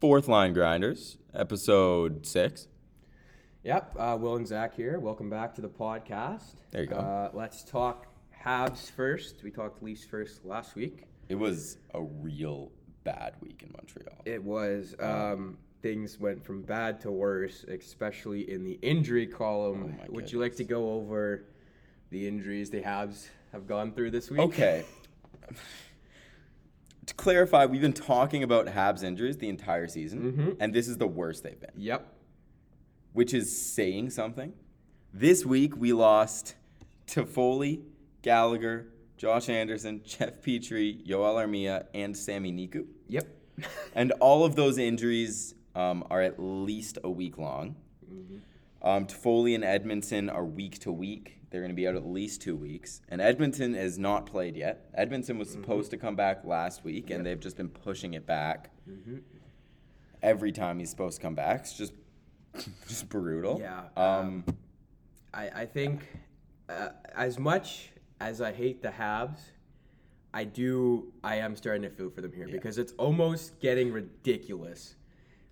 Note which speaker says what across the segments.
Speaker 1: Fourth Line Grinders, episode six.
Speaker 2: Yep, uh, Will and Zach here. Welcome back to the podcast.
Speaker 1: There you go.
Speaker 2: Uh, let's talk halves first. We talked Leafs first last week.
Speaker 1: It was a real bad week in Montreal.
Speaker 2: It was um, things went from bad to worse, especially in the injury column.
Speaker 1: Oh my
Speaker 2: Would you like to go over the injuries the Habs have gone through this week?
Speaker 1: Okay. to clarify, we've been talking about Habs injuries the entire season, and this is the worst they've been,
Speaker 2: Yep.
Speaker 1: which is saying something. This week we lost to Foley, Gallagher, Josh Anderson, Jeff Petrie, Yoel Armia, and Sammy Niku.
Speaker 2: Yep.
Speaker 1: And all of those injuries um, are at least a week long. Um, Toffoli and Edmondson are week to week. They're going to be out at least two weeks. And Edmonton has not played yet. Edmondson was supposed to come back last week, and they've just been pushing it back every time he's supposed to come back. It's just, just brutal.
Speaker 2: Yeah,
Speaker 1: Um,
Speaker 2: I, I think uh, as much as I hate the Habs, I do I am starting to feel for them here because it's almost getting ridiculous,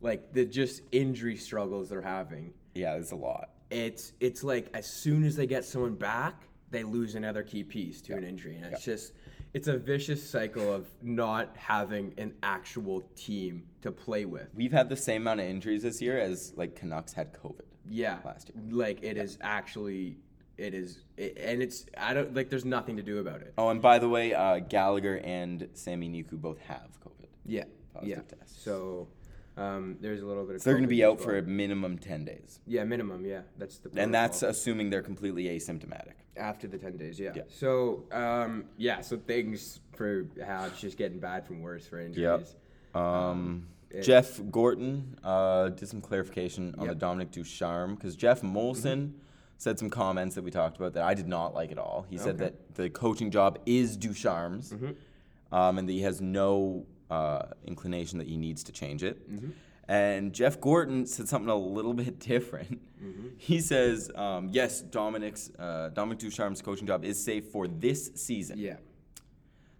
Speaker 2: like the just injury struggles they're having.
Speaker 1: yeah, it's a lot.
Speaker 2: It's it's like as soon as they get someone back, they lose another key piece to an injury, and it's just it's a vicious cycle of not having an actual team to play with.
Speaker 1: We've had the same amount of injuries this year as like Canucks had COVID.
Speaker 2: yeah
Speaker 1: last year.
Speaker 2: like it is actually it is it, and it's i don't like there's nothing to do about it
Speaker 1: Oh, and by the way, uh, Gallagher and Sammy Niku both have COVID.
Speaker 2: yeah yeah
Speaker 1: Positive test.
Speaker 2: so um there's a little bit of
Speaker 1: So they're going to
Speaker 2: COVID
Speaker 1: be
Speaker 2: as
Speaker 1: out
Speaker 2: well.
Speaker 1: for a minimum 10 days.
Speaker 2: yeah minimum yeah that's the
Speaker 1: And that's
Speaker 2: protocol.
Speaker 1: assuming they're completely asymptomatic.
Speaker 2: after the 10 days yeah. so um yeah so things for habs just getting bad from worse for injuries
Speaker 1: Um, Jeff Gorton uh, did some clarification on the Dominic Ducharme because Jeff Molson said some comments that we talked about that I did not like at all. He said that the coaching job is Ducharme's um, and that he has no uh, inclination that he needs to change it. And Jeff Gorton said something a little bit different. He says, um, yes, Dominic's uh, Dominic Ducharme's coaching job is safe for this season.
Speaker 2: yeah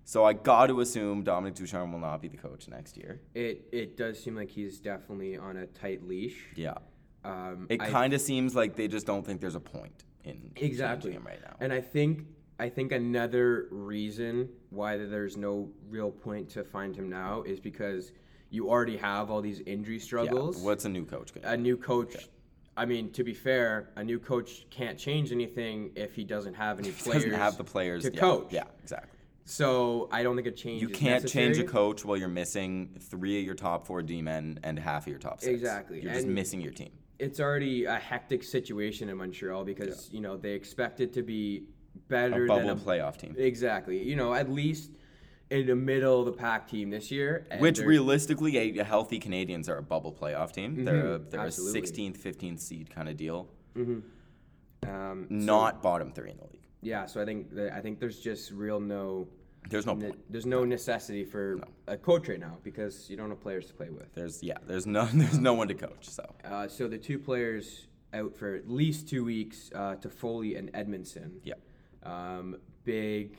Speaker 1: So I got to assume Dominic Ducharme will not be the coach next year.
Speaker 2: it it does seem like he's definitely on a tight leash
Speaker 1: Yeah.
Speaker 2: um
Speaker 1: It
Speaker 2: I-
Speaker 1: kind of seems like they just don't think there's a point in
Speaker 2: exactly
Speaker 1: changing him right now.
Speaker 2: And I think I think another reason why there's no real point to find him now is because you already have all these injury
Speaker 1: Yeah,
Speaker 2: struggles.
Speaker 1: What's a new coach going to
Speaker 2: a new coach? I mean, to be fair, a new coach can't change anything if he doesn't have any
Speaker 1: do?
Speaker 2: players.
Speaker 1: Doesn't have the players
Speaker 2: to
Speaker 1: yeah,
Speaker 2: coach.
Speaker 1: Yeah, exactly.
Speaker 2: So I don't think a change.
Speaker 1: You
Speaker 2: is
Speaker 1: can't change a
Speaker 2: necessary.
Speaker 1: coach while you're missing three of your top four D men and half of your top six.
Speaker 2: Exactly,
Speaker 1: You're just
Speaker 2: and-
Speaker 1: missing your team.
Speaker 2: it's already a hectic situation in Montreal because you know they expect it to be better
Speaker 1: Bubble
Speaker 2: than a
Speaker 1: playoff team.
Speaker 2: Exactly. You know, at least in the middle of the pack team this year. and
Speaker 1: Which
Speaker 2: they're- Mm-hmm.
Speaker 1: realistically, a, a healthy Canadians are a bubble playoff team. they're a, they're
Speaker 2: absolutely.
Speaker 1: a 16th, 15th seed kind of deal.
Speaker 2: um,
Speaker 1: Not bottom three in the league.
Speaker 2: yeah. So I think that, I think there's just real no
Speaker 1: There's no
Speaker 2: ne-
Speaker 1: point.
Speaker 2: there's no necessity for a coach right now because you don't have players to play with.
Speaker 1: There's yeah. There's no there's no one to coach. So
Speaker 2: Uh, so the two players out for at least two weeks uh, to Foley and Edmondson.
Speaker 1: yeah,
Speaker 2: Um, big,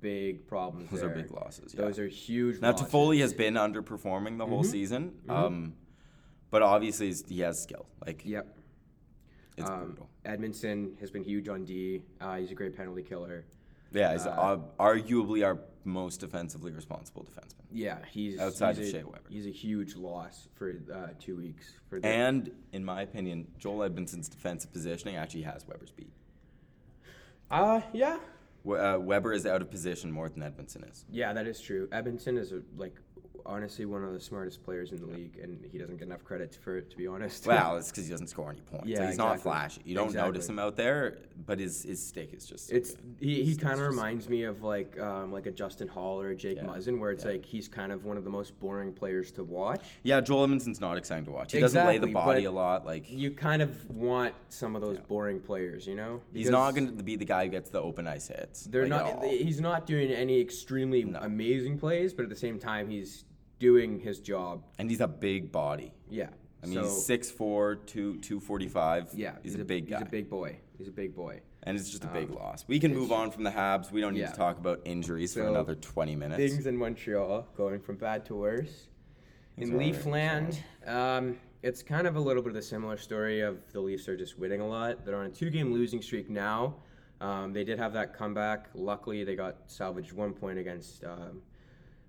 Speaker 2: big problems.
Speaker 1: those are
Speaker 2: there.
Speaker 1: big losses. Yeah.
Speaker 2: Those are huge.
Speaker 1: Now,
Speaker 2: losses.
Speaker 1: Toffoli has been underperforming the
Speaker 2: Mm-hmm.
Speaker 1: whole season, Um, but obviously he's- he has skill. Like
Speaker 2: Yep.
Speaker 1: it's
Speaker 2: Um,
Speaker 1: brutal.
Speaker 2: Edmondson has been huge on D. Uh, he's a great penalty killer.
Speaker 1: Yeah, he's uh, arguably our most defensively responsible defenseman,
Speaker 2: Yeah, he's
Speaker 1: Outside
Speaker 2: he's
Speaker 1: of
Speaker 2: a,
Speaker 1: Shea Weber.
Speaker 2: He's a huge loss for uh, two weeks for the
Speaker 1: and in my opinion, Joel Edmondson's defensive positioning actually has Weber's beat.
Speaker 2: Uh, yeah.
Speaker 1: We- Uh, Weber is out of position more than Edmondson is.
Speaker 2: Yeah, that is true. Edmondson is a, like honestly one of the smartest players in the league, and he doesn't get enough credit for it. To be honest.
Speaker 1: Well, it's because he doesn't score any points.
Speaker 2: Yeah,
Speaker 1: like, he's not
Speaker 2: exactly.
Speaker 1: flashy. You don't notice
Speaker 2: Exactly.
Speaker 1: him out there, but his his stick is just. so
Speaker 2: It's
Speaker 1: good.
Speaker 2: he, he kind of reminds me of like um, like a Justin Hall or a Jake Muzzin, where it's like he's kind of one of the most boring players to watch.
Speaker 1: yeah, Joel Edmondson's not exciting to watch. He doesn't lay the
Speaker 2: Exactly,
Speaker 1: body a
Speaker 2: but
Speaker 1: lot. Like
Speaker 2: You kind of want some of those boring players, you know?
Speaker 1: he's not
Speaker 2: Because
Speaker 1: going to be the guy who gets the open ice hits.
Speaker 2: They're
Speaker 1: like, at
Speaker 2: not.
Speaker 1: all.
Speaker 2: He's not doing any extremely amazing plays, but at the same time, he's doing his job.
Speaker 1: And he's a big body.
Speaker 2: Yeah.
Speaker 1: I mean,
Speaker 2: so,
Speaker 1: he's 6'4", 2, 245.
Speaker 2: yeah,
Speaker 1: he's, a, big guy.
Speaker 2: He's a big boy. He's a big boy.
Speaker 1: and it's just a big loss. We can move on from the Habs. We don't need
Speaker 2: yeah.
Speaker 1: to talk about injuries for
Speaker 2: So,
Speaker 1: another 20 minutes.
Speaker 2: Things in Montreal going from bad to worse. In
Speaker 1: Sorry,
Speaker 2: Leafland, um, it's kind of a little bit of a similar story of the Leafs are just winning a lot. They're on a two-game losing streak now. Um, they did have that comeback. Luckily, they got salvaged one point against um,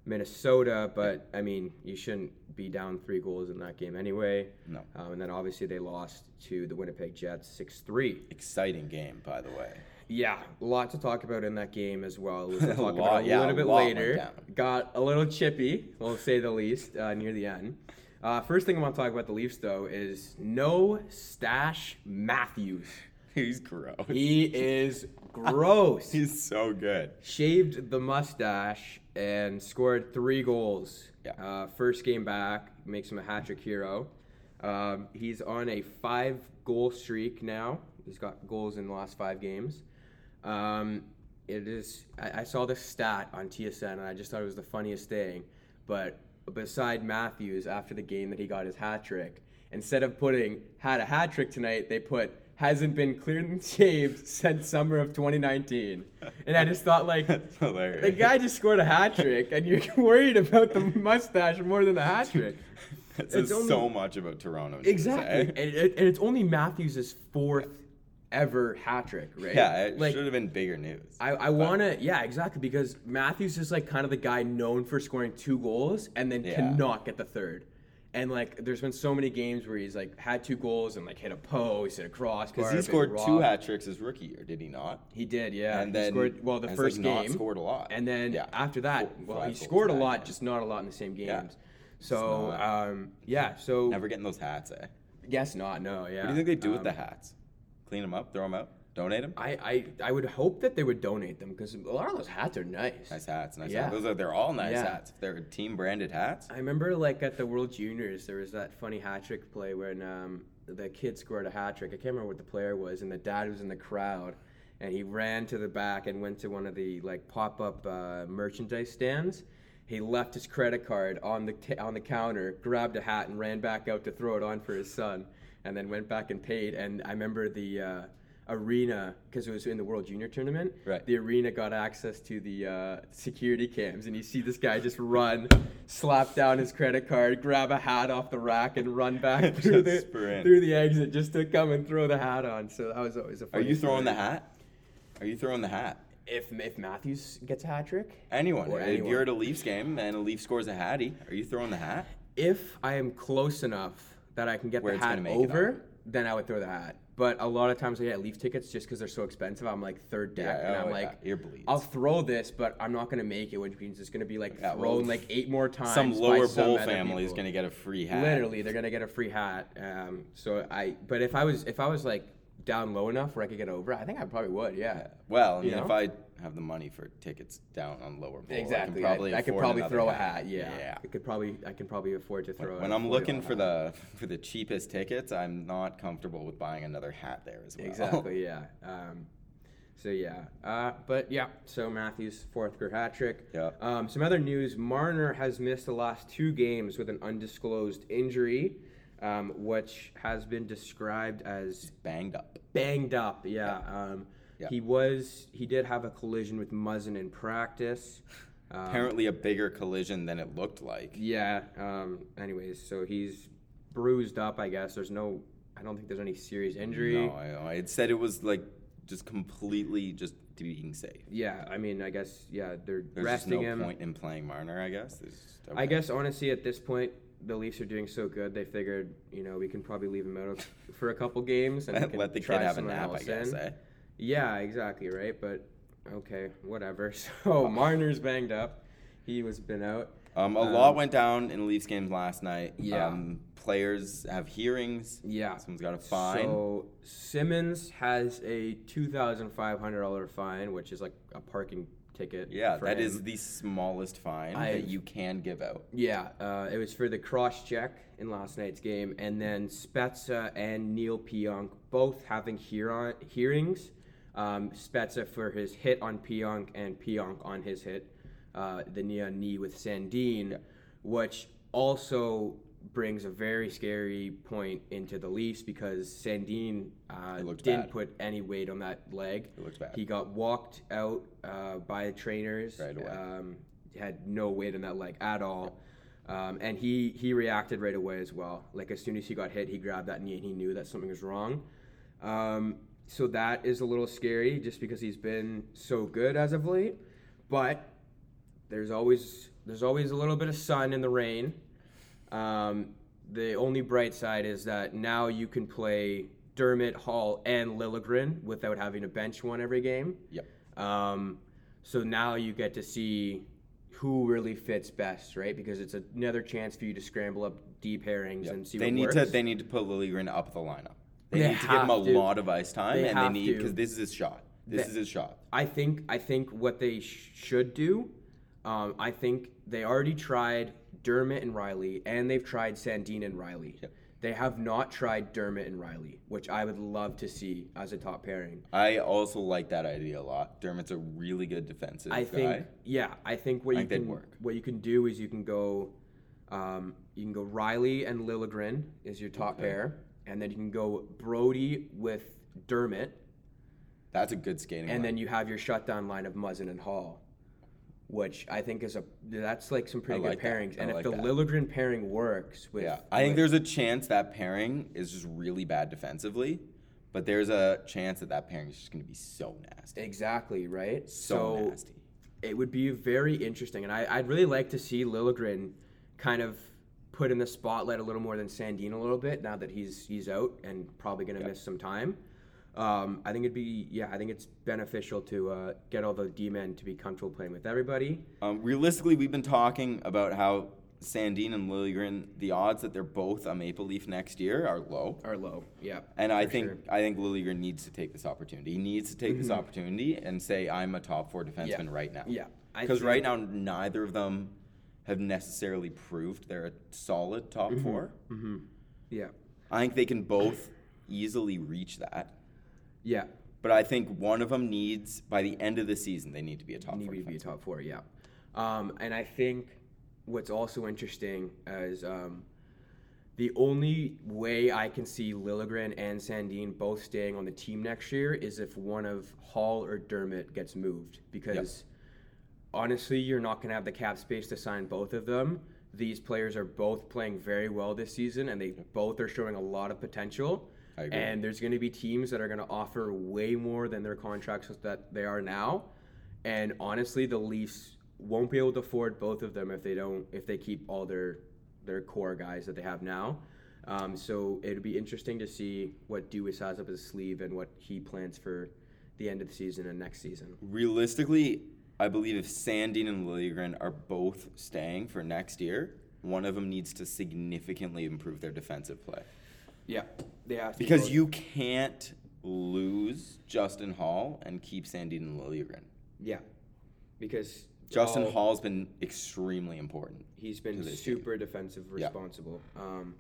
Speaker 2: Minnesota, but I mean, you shouldn't be down three goals in that game anyway.
Speaker 1: No.
Speaker 2: Um, and then obviously they lost to the Winnipeg Jets six-three.
Speaker 1: Exciting game, by the way.
Speaker 2: Yeah, a lot to talk about in that game as well. Which we'll talk
Speaker 1: lot,
Speaker 2: about a
Speaker 1: yeah,
Speaker 2: little
Speaker 1: a
Speaker 2: bit
Speaker 1: lot went
Speaker 2: later.
Speaker 1: down.
Speaker 2: Got a little chippy, we'll say the least, uh, near the end. Uh, first thing I want to talk about the Leafs though is no stash Matthews.
Speaker 1: He's gross.
Speaker 2: He is gross.
Speaker 1: He's so good.
Speaker 2: Shaved the mustache and scored three goals.
Speaker 1: Yeah.
Speaker 2: Uh, first game back makes him a hat trick hero. Um, he's on a five goal streak now. He's got goals in the last five games. Um, it is. I, I saw this stat on TSN and I just thought it was the funniest thing. But beside Matthews, after the game that he got his hat trick, instead of putting had a hat trick tonight, they put hasn't been cleared and shaved since summer of 2019. And I just thought like.
Speaker 1: That's hilarious.
Speaker 2: The guy just scored a hat trick, and you're worried about the mustache more than the hat trick.
Speaker 1: That
Speaker 2: it's
Speaker 1: says
Speaker 2: only-
Speaker 1: so much about Toronto. eh? to
Speaker 2: Exactly,
Speaker 1: say.
Speaker 2: and, it, and it's only Matthews' fourth ever hat trick, right?
Speaker 1: Yeah, it
Speaker 2: like
Speaker 1: should have been bigger news.
Speaker 2: I, I want to, yeah, exactly, because Matthews is like kind of the guy known for scoring two goals and then
Speaker 1: Yeah.
Speaker 2: cannot get the third. And like, there's been so many games where he's like had two goals and like hit a post, hit a cross.
Speaker 1: Because he scored two hat tricks his rookie year, did he not?
Speaker 2: He did, yeah.
Speaker 1: And
Speaker 2: he
Speaker 1: then
Speaker 2: scored, well, the
Speaker 1: has,
Speaker 2: first
Speaker 1: like, not
Speaker 2: game
Speaker 1: scored a lot.
Speaker 2: and then
Speaker 1: Yeah.
Speaker 2: after that,
Speaker 1: Four-
Speaker 2: well,
Speaker 1: five
Speaker 2: he
Speaker 1: goals
Speaker 2: scored a
Speaker 1: back,
Speaker 2: lot,
Speaker 1: yeah.
Speaker 2: just not a lot in the same games.
Speaker 1: Yeah.
Speaker 2: So,
Speaker 1: It's
Speaker 2: um, yeah. So,
Speaker 1: Never getting those hats, eh?
Speaker 2: guess not. No, yeah.
Speaker 1: What do you think they do with
Speaker 2: Um,
Speaker 1: the hats? Clean them up, throw them out, donate them?
Speaker 2: I, I, I would hope that they would donate them because a lot of those hats are nice.
Speaker 1: Nice hats, nice
Speaker 2: Yeah.
Speaker 1: hats. Those are they're all nice
Speaker 2: Yeah.
Speaker 1: hats. If they're team branded hats,
Speaker 2: I remember like at the World Juniors, there was that funny hat trick play when um, the kid scored a hat trick. I can't remember what the player was, and the dad was in the crowd, and he ran to the back and went to one of the like pop up uh, merchandise stands. He left his credit card on the t- on the counter, grabbed a hat, and ran back out to throw it on for his son, and then went back and paid. And I remember the. Uh, Arena, because it was in the World Junior Tournament.
Speaker 1: Right.
Speaker 2: The arena got access to the uh, security cams, and you see this guy just run, slap down his credit card, grab a hat off the rack, and run back through the
Speaker 1: Just sprint.
Speaker 2: through the exit just to come and throw the hat on. So that was always a.
Speaker 1: are
Speaker 2: Funny
Speaker 1: you throwing the
Speaker 2: story.
Speaker 1: hat? Are you throwing the hat?
Speaker 2: If if Matthews gets a hat trick,
Speaker 1: Anyone.
Speaker 2: Or
Speaker 1: if
Speaker 2: anyone.
Speaker 1: you're at a Leafs game and a Leaf scores a hattie, are you throwing the hat?
Speaker 2: if I am close enough that I can get
Speaker 1: Where
Speaker 2: the
Speaker 1: it's gonna
Speaker 2: hat
Speaker 1: make it
Speaker 2: over, then I would throw the hat. But a lot of times I get Leaf tickets just because they're so expensive. I'm like third deck,
Speaker 1: Yeah,
Speaker 2: and
Speaker 1: oh,
Speaker 2: I'm
Speaker 1: yeah,
Speaker 2: like,
Speaker 1: ear bleeds.
Speaker 2: I'll throw this, but I'm not gonna make it, which means it's gonna be like
Speaker 1: Yeah, well,
Speaker 2: thrown like eight more times.
Speaker 1: Some
Speaker 2: by
Speaker 1: lower
Speaker 2: some
Speaker 1: bowl
Speaker 2: other
Speaker 1: family is
Speaker 2: people.
Speaker 1: going to get a free hat.
Speaker 2: Literally, they're gonna get a free hat. Um, so I, but if I was, if I was like down low enough where I could get over, I think I probably would. Yeah.
Speaker 1: Well, I
Speaker 2: You
Speaker 1: mean, if
Speaker 2: know?
Speaker 1: I have the money for tickets down on lower bowl,
Speaker 2: Exactly.
Speaker 1: I
Speaker 2: I,
Speaker 1: can probably,
Speaker 2: I could
Speaker 1: afford
Speaker 2: probably
Speaker 1: another
Speaker 2: throw a hat. Yeah.
Speaker 1: Yeah.
Speaker 2: I could probably, I can probably afford to throw.
Speaker 1: When
Speaker 2: a
Speaker 1: I'm
Speaker 2: foil
Speaker 1: looking
Speaker 2: hat.
Speaker 1: for the for the cheapest tickets, I'm not comfortable with buying another hat there as well.
Speaker 2: Exactly. Yeah. Um, so yeah. Uh, but yeah. So Matthews fourth career hat trick.
Speaker 1: Yeah.
Speaker 2: Um, some other news: Marner has missed the last two games with an undisclosed injury, um, which has been described as
Speaker 1: Banged up.
Speaker 2: banged up. Yeah. Um,
Speaker 1: Yeah.
Speaker 2: He was. He did have a collision with Muzzin in practice. Um,
Speaker 1: Apparently, a bigger collision than it looked like.
Speaker 2: yeah. Um, anyways, so he's bruised up. I guess there's no. I don't think there's any serious injury.
Speaker 1: No, I, I it said it was like just completely just being safe.
Speaker 2: Yeah, I mean, I guess yeah, they're
Speaker 1: There's
Speaker 2: resting
Speaker 1: just no
Speaker 2: him.
Speaker 1: point in playing Marner, I guess. There's just-
Speaker 2: I
Speaker 1: okay.
Speaker 2: guess honestly, at this point, the Leafs are doing so good. They figured, you know, we can probably leave him out of- for a couple games and we can
Speaker 1: let the kid
Speaker 2: try
Speaker 1: have a
Speaker 2: someone
Speaker 1: nap. I
Speaker 2: else
Speaker 1: guess.
Speaker 2: in.
Speaker 1: Eh?
Speaker 2: Yeah, exactly right. But okay, whatever. So Marner's banged up. He was been out.
Speaker 1: Um, a lot went down in the Leafs game last night.
Speaker 2: Yeah.
Speaker 1: Um, players have hearings.
Speaker 2: Yeah.
Speaker 1: Someone's got a fine.
Speaker 2: So Simmons has a two thousand five hundred dollar fine, which is like a parking ticket.
Speaker 1: yeah,
Speaker 2: for
Speaker 1: that
Speaker 2: him.
Speaker 1: is the smallest fine that
Speaker 2: I've-
Speaker 1: you can give out.
Speaker 2: Yeah, uh, it was for the cross check in last night's game, and then Spezza and Neil Pionk both having hear- hearings. Um, Spezza for his hit on Pionk and Pionk on his hit, uh, the knee on knee with Sandine, which also brings a very scary point into the Leafs because Sandine uh,
Speaker 1: looked
Speaker 2: didn't
Speaker 1: bad.
Speaker 2: put any weight on that leg.
Speaker 1: It looks bad.
Speaker 2: He got walked out uh, by trainers
Speaker 1: Right away.
Speaker 2: Um, had no weight in that leg at all. Um, and he he reacted right away as well. Like as soon as he got hit, he grabbed that knee and he knew that something was wrong. Um, so that is a little scary just because he's been so good as of late. But there's always there's always a little bit of sun in the rain. Um, the only bright side is that now you can play Dermot, Hall, and Lilligren without having to bench one every game.
Speaker 1: Yep.
Speaker 2: Um, so now you get to see who really fits best, right? Because it's another chance for you to scramble up deep pairings
Speaker 1: Yep.
Speaker 2: and see
Speaker 1: They
Speaker 2: what
Speaker 1: need
Speaker 2: works.
Speaker 1: to they need to put Lilligren up the lineup. They,
Speaker 2: They
Speaker 1: need to give him a
Speaker 2: have to.
Speaker 1: lot of ice time,
Speaker 2: They
Speaker 1: and they
Speaker 2: have
Speaker 1: need
Speaker 2: to.
Speaker 1: because this is his shot. This
Speaker 2: They-
Speaker 1: is his shot.
Speaker 2: I think I think what they sh- should do. Um, I think they already tried Dermot and Riley, and they've tried Sandine and Riley. They have not tried Dermot and Riley, which I would love to see as a top pairing.
Speaker 1: I also like that idea a lot. Dermot's a really good defensive guy.
Speaker 2: I think yeah, I think what
Speaker 1: I
Speaker 2: you
Speaker 1: think that'd
Speaker 2: can
Speaker 1: work.
Speaker 2: what you can do is you can go, um, you can go Riley and Lilligren is your top pair, and then you can go Brody with Dermot,
Speaker 1: That's a good skating.
Speaker 2: and
Speaker 1: line.
Speaker 2: then you have your shutdown line of Muzzin and Hall, which I think is a that's like some pretty
Speaker 1: I like
Speaker 2: good
Speaker 1: that.
Speaker 2: pairings.
Speaker 1: I
Speaker 2: And if
Speaker 1: like
Speaker 2: the
Speaker 1: that.
Speaker 2: Lilligren pairing works with
Speaker 1: yeah, I think
Speaker 2: with-
Speaker 1: there's a chance that pairing is just really bad defensively, but there's a chance that that pairing is just going to be so nasty,
Speaker 2: exactly right.
Speaker 1: so, nasty.
Speaker 2: it would be very interesting, and I, I'd really like to see Lilligren kind of put in the spotlight a little more than Sandine a little bit now that he's he's out and probably going to miss some time. Um, I think it'd be yeah, I think it's beneficial to uh, get all the D men to be comfortable playing with everybody.
Speaker 1: Um, realistically, we've been talking about how Sandine and Lilligren, the odds that they're both a Maple Leaf next year are low.
Speaker 2: Are low, yeah.
Speaker 1: And I
Speaker 2: for
Speaker 1: think
Speaker 2: sure. Mm-hmm.
Speaker 1: I think Lilligren needs to take this opportunity. He needs to take this opportunity and say, "I'm a top four defenseman right now."
Speaker 2: Yeah, I
Speaker 1: because
Speaker 2: think-
Speaker 1: right now neither of them have necessarily proved they're a solid top
Speaker 2: Mm-hmm.
Speaker 1: four.
Speaker 2: yeah,
Speaker 1: I think they can both easily reach that,
Speaker 2: yeah,
Speaker 1: but I think one of them needs by the end of the season they need to be a top
Speaker 2: need
Speaker 1: four.
Speaker 2: to be
Speaker 1: defenseman.
Speaker 2: top four, yeah. Um, and I think what's also interesting is um, the only way I can see Lilligren and Sandine both staying on the team next year is if one of Hall or Dermott gets moved because honestly, you're not going to have the cap space to sign both of them. These players are both playing very well this season, and they both are showing a lot of potential.
Speaker 1: I agree.
Speaker 2: And there's going to be teams that are going to offer way more than their contracts that they are now. And honestly, the Leafs won't be able to afford both of them if they don't if they keep all their their core guys that they have now. Um, so it'd be interesting to see what Dewis has up his sleeve and what he plans for the end of the season and next season.
Speaker 1: Realistically, I believe if Sandin and Lilligren are both staying for next year, one of them needs to significantly improve their defensive play.
Speaker 2: Yeah, yeah.
Speaker 1: Because you can't lose Justin Hall and keep Sandin and Lilligren.
Speaker 2: Yeah, because
Speaker 1: Justin
Speaker 2: all-
Speaker 1: Hall's been extremely important.
Speaker 2: he's been
Speaker 1: this
Speaker 2: super defensive
Speaker 1: Yeah.
Speaker 2: responsible. Um,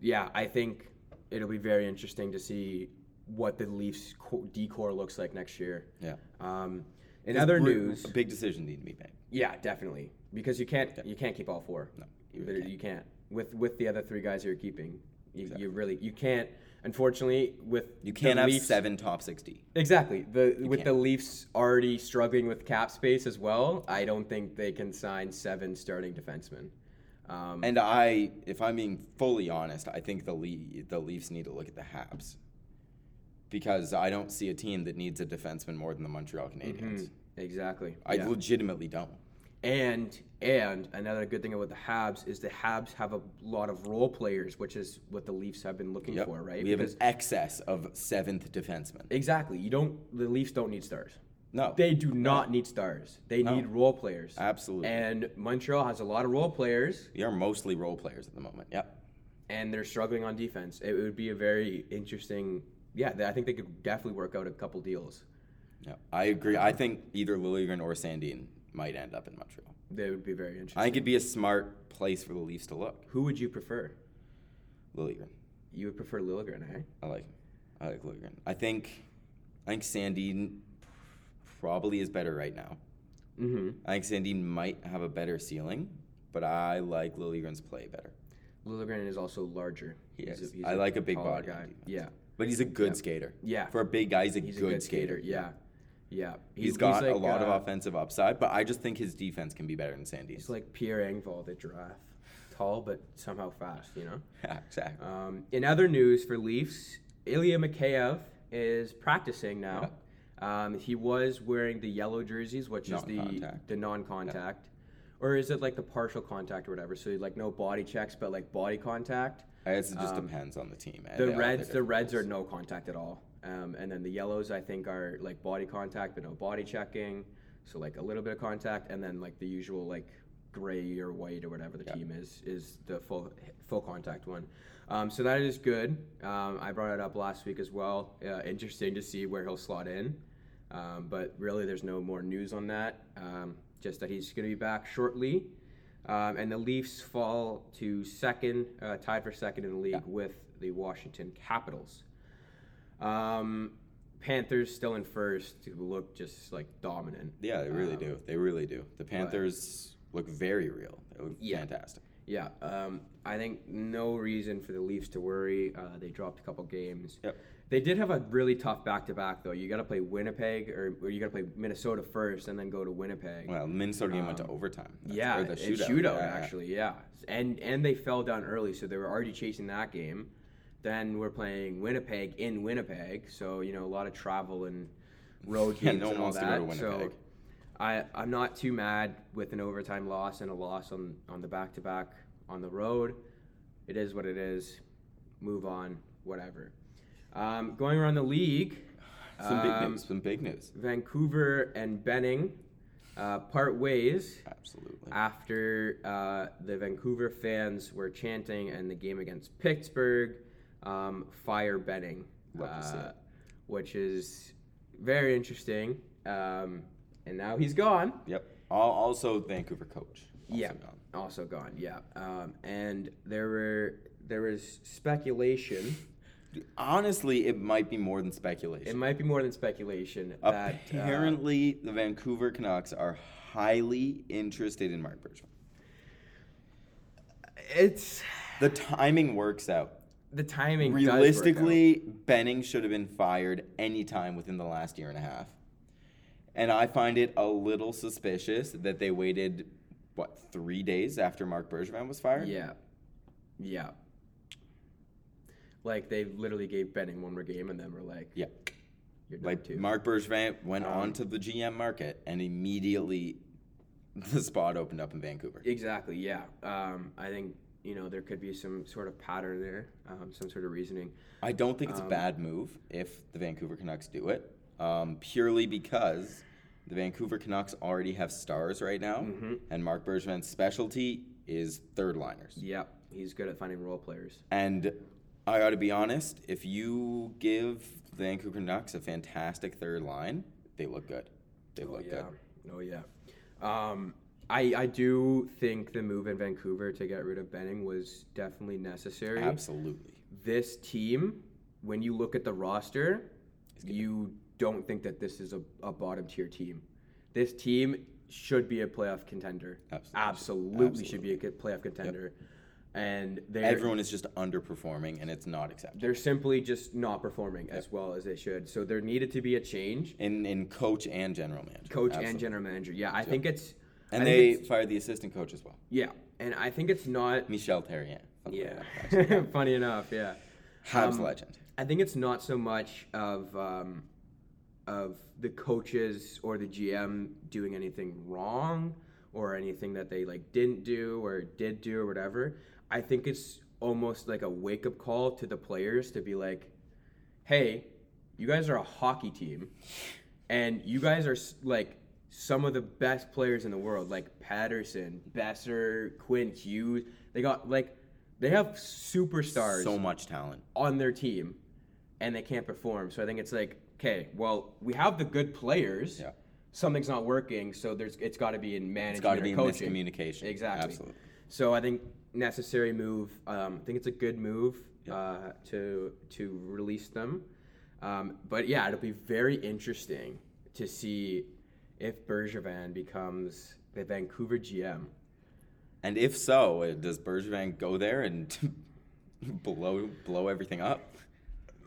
Speaker 2: yeah, I think it'll be very interesting to see what the Leafs co- decor looks like next year.
Speaker 1: Yeah.
Speaker 2: Um, in other
Speaker 1: Br-
Speaker 2: news,
Speaker 1: a big decision need to be made.
Speaker 2: yeah, definitely because you can't you can't keep all four. No, you,
Speaker 1: really
Speaker 2: can't. with with the other three guys you're keeping. You, you really you can't. Unfortunately, with
Speaker 1: You can't
Speaker 2: the
Speaker 1: have
Speaker 2: Leafs,
Speaker 1: seven top sixty.
Speaker 2: Exactly. The with the Leafs already struggling with cap space as well, I don't think they can sign seven starting defensemen. Um,
Speaker 1: And I, if I'm being fully honest, I think the Le- the Leafs need to look at the Habs because I don't see a team that needs a defenseman more than the Montreal Canadiens.
Speaker 2: exactly.
Speaker 1: I
Speaker 2: Mm-hmm. yeah.
Speaker 1: legitimately don't.
Speaker 2: And and another good thing about the Habs is the Habs have a lot of role players, which is what the Leafs have been looking for, right?
Speaker 1: We have an excess of seventh defenseman.
Speaker 2: exactly. You don't. The Leafs don't need stars.
Speaker 1: No,
Speaker 2: They do not need stars. They need role players.
Speaker 1: absolutely.
Speaker 2: And Montreal has a lot of role players,
Speaker 1: we are mostly role players at the moment. Yep.
Speaker 2: and they're struggling on defense. It would be a very interesting. Yeah, th- I think they could definitely work out a couple deals.
Speaker 1: Yep. I agree. I think either Lilligren or Sandine might end up in Montreal.
Speaker 2: That would be very interesting.
Speaker 1: I think it'd be a smart place for the Leafs to look.
Speaker 2: Who would you prefer?
Speaker 1: Lilligren.
Speaker 2: You would prefer Lilligren, eh?
Speaker 1: I like him. I like Lilligren. I think I think Sandine probably is better right now.
Speaker 2: Mm-hmm.
Speaker 1: I think Sandine might have a better ceiling, but I like Lilligren's play better.
Speaker 2: Lilligren is also larger.
Speaker 1: He
Speaker 2: He's a-
Speaker 1: is.
Speaker 2: he's
Speaker 1: I like a big
Speaker 2: taller
Speaker 1: body on
Speaker 2: guy.
Speaker 1: defense.
Speaker 2: Yeah,
Speaker 1: But he's a good skater.
Speaker 2: Yeah.
Speaker 1: For a big guy, he's a,
Speaker 2: he's
Speaker 1: good, skater.
Speaker 2: Yeah, Yeah,
Speaker 1: he's got
Speaker 2: like,
Speaker 1: a lot
Speaker 2: uh,
Speaker 1: of offensive upside, but I just think his defense can be better than Sandy's.
Speaker 2: He's like Pierre Engvall, the giraffe, tall but somehow fast. You know.
Speaker 1: Yeah, exactly.
Speaker 2: Um, in other news for Leafs, Ilya Mikheyev is practicing now. Um, he was wearing the yellow jerseys, which is the
Speaker 1: Non-contact.
Speaker 2: the non-contact, or is it like the partial contact or whatever? So like no body checks, but like body contact.
Speaker 1: I guess it just
Speaker 2: um,
Speaker 1: depends on the team. eh?
Speaker 2: The
Speaker 1: They all have
Speaker 2: reds, the
Speaker 1: their
Speaker 2: reds are
Speaker 1: different
Speaker 2: no contact at all, um, and then the yellows I think are like body contact but no body checking, so like a little bit of contact, and then like the usual like gray or white or whatever the team is is the full full contact one. Um, so that is good. Um, I brought it up last week as well. Uh, interesting to see where he'll slot in, um, but really there's no more news on that. Um, just that he's going to be back shortly. Um, and the Leafs fall to second, uh, tied for second in the league with the Washington Capitals. Um, Panthers still in first, who look just like dominant.
Speaker 1: Yeah, they really
Speaker 2: Um,
Speaker 1: do. They really do. The Panthers look very real. They look
Speaker 2: Yeah.
Speaker 1: fantastic.
Speaker 2: Yeah, um, I think no reason for the Leafs to worry. Uh, they dropped a couple games.
Speaker 1: Yep.
Speaker 2: They did have a really tough back to back though. You got to play Winnipeg or, or you got to play Minnesota first and then go to Winnipeg.
Speaker 1: Well, Minnesota game went to overtime. That's-
Speaker 2: Um, yeah,
Speaker 1: or
Speaker 2: a shootout, actually, yeah. And and they fell down early, so they were already chasing that game. Then we're playing Winnipeg in Winnipeg, so you know a lot of travel and road
Speaker 1: Yeah,
Speaker 2: games
Speaker 1: no one
Speaker 2: and all
Speaker 1: wants to go
Speaker 2: that.
Speaker 1: to
Speaker 2: so
Speaker 1: Winnipeg.
Speaker 2: I I'm not too mad with an overtime loss and a loss on on the back to back on the road. It is what it is. Move on, whatever. Um, going around the league,
Speaker 1: Some big
Speaker 2: um,
Speaker 1: news. Some big news.
Speaker 2: Vancouver and Benning uh, part ways
Speaker 1: Absolutely.
Speaker 2: after uh, the Vancouver fans were chanting in the game against Pittsburgh, um, fire betting,
Speaker 1: Love to see
Speaker 2: uh, which is very interesting. Um, and now he's gone.
Speaker 1: Yep. Al- Also, Vancouver coach. Also
Speaker 2: yeah,
Speaker 1: gone.
Speaker 2: also gone. Yeah, um, and there were there was speculation.
Speaker 1: Honestly, it might be more than speculation.
Speaker 2: It might be more than speculation that uh,
Speaker 1: Apparently, the Vancouver Canucks are highly interested in Mark Bergevin.
Speaker 2: it's
Speaker 1: The timing works out.
Speaker 2: the timing. does work out.
Speaker 1: Realistically, Benning should have been fired any time within the last year and a half. And I find it a little suspicious that they waited, what, three days after Mark Bergevin was fired?
Speaker 2: Yeah. Yeah. Like they literally gave Benning one more game and then we're like,
Speaker 1: Yeah.
Speaker 2: you're done
Speaker 1: Like,
Speaker 2: too.
Speaker 1: Mark Bergevin went
Speaker 2: Um,
Speaker 1: on to the GM market and immediately the spot opened up in Vancouver.
Speaker 2: exactly, yeah. Um, I think, you know, there could be some sort of pattern there, um, some sort of reasoning.
Speaker 1: I don't think it's
Speaker 2: Um,
Speaker 1: a bad move if the Vancouver Canucks do it, um, purely because the Vancouver Canucks already have stars right now,
Speaker 2: Mm-hmm.
Speaker 1: and Mark Bergevin's specialty is third liners.
Speaker 2: Yeah, he's good at finding role players.
Speaker 1: And I got to be honest, if you give the Vancouver Canucks a fantastic third line, they look good. They look
Speaker 2: yeah.
Speaker 1: good.
Speaker 2: Oh yeah. Um, I I do think the move in Vancouver to get rid of Benning was definitely necessary.
Speaker 1: Absolutely.
Speaker 2: this team, when you look at the roster, you don't think that this is a, a bottom tier team. This team should be a playoff contender.
Speaker 1: Absolutely.
Speaker 2: Absolutely should be a good playoff contender. And they're
Speaker 1: Everyone is just underperforming, and it's not acceptable.
Speaker 2: they're simply just not performing as well as they should. So there needed to be a change.
Speaker 1: In, in coach and general manager.
Speaker 2: Coach and
Speaker 1: Absolutely.
Speaker 2: general manager. Yeah, I think it's I
Speaker 1: And
Speaker 2: think
Speaker 1: they
Speaker 2: it's-
Speaker 1: fired the assistant coach as well,
Speaker 2: yeah, and I think it's not
Speaker 1: Michel Terrien.
Speaker 2: yeah. Um, Funny enough, yeah.
Speaker 1: Habs legend.
Speaker 2: I think it's not so much of um, of the coaches or the GM doing anything wrong or anything that they like didn't do or did do or whatever. I think it's almost like a wake up call to the players to be like, "Hey, you guys are a hockey team, and you guys are s- like." Some of the best players in the world, like Patterson, Besser, Quinn Hughes, they got like they have superstars
Speaker 1: So much talent.
Speaker 2: on their team and they can't perform. So I think it's like, okay, well, we have the good players.
Speaker 1: Yeah.
Speaker 2: Something's not working, so there's it's got to be in management.
Speaker 1: It's got to be
Speaker 2: or
Speaker 1: a
Speaker 2: coaching.
Speaker 1: miscommunication.
Speaker 2: Exactly.
Speaker 1: Absolutely.
Speaker 2: So I think necessary move. Um, I think it's a good move uh, to to release them. Um, but yeah, it'll be very interesting to see if Bergevin becomes the Vancouver GM.
Speaker 1: And if so, uh, does Bergevin go there and blow blow everything up?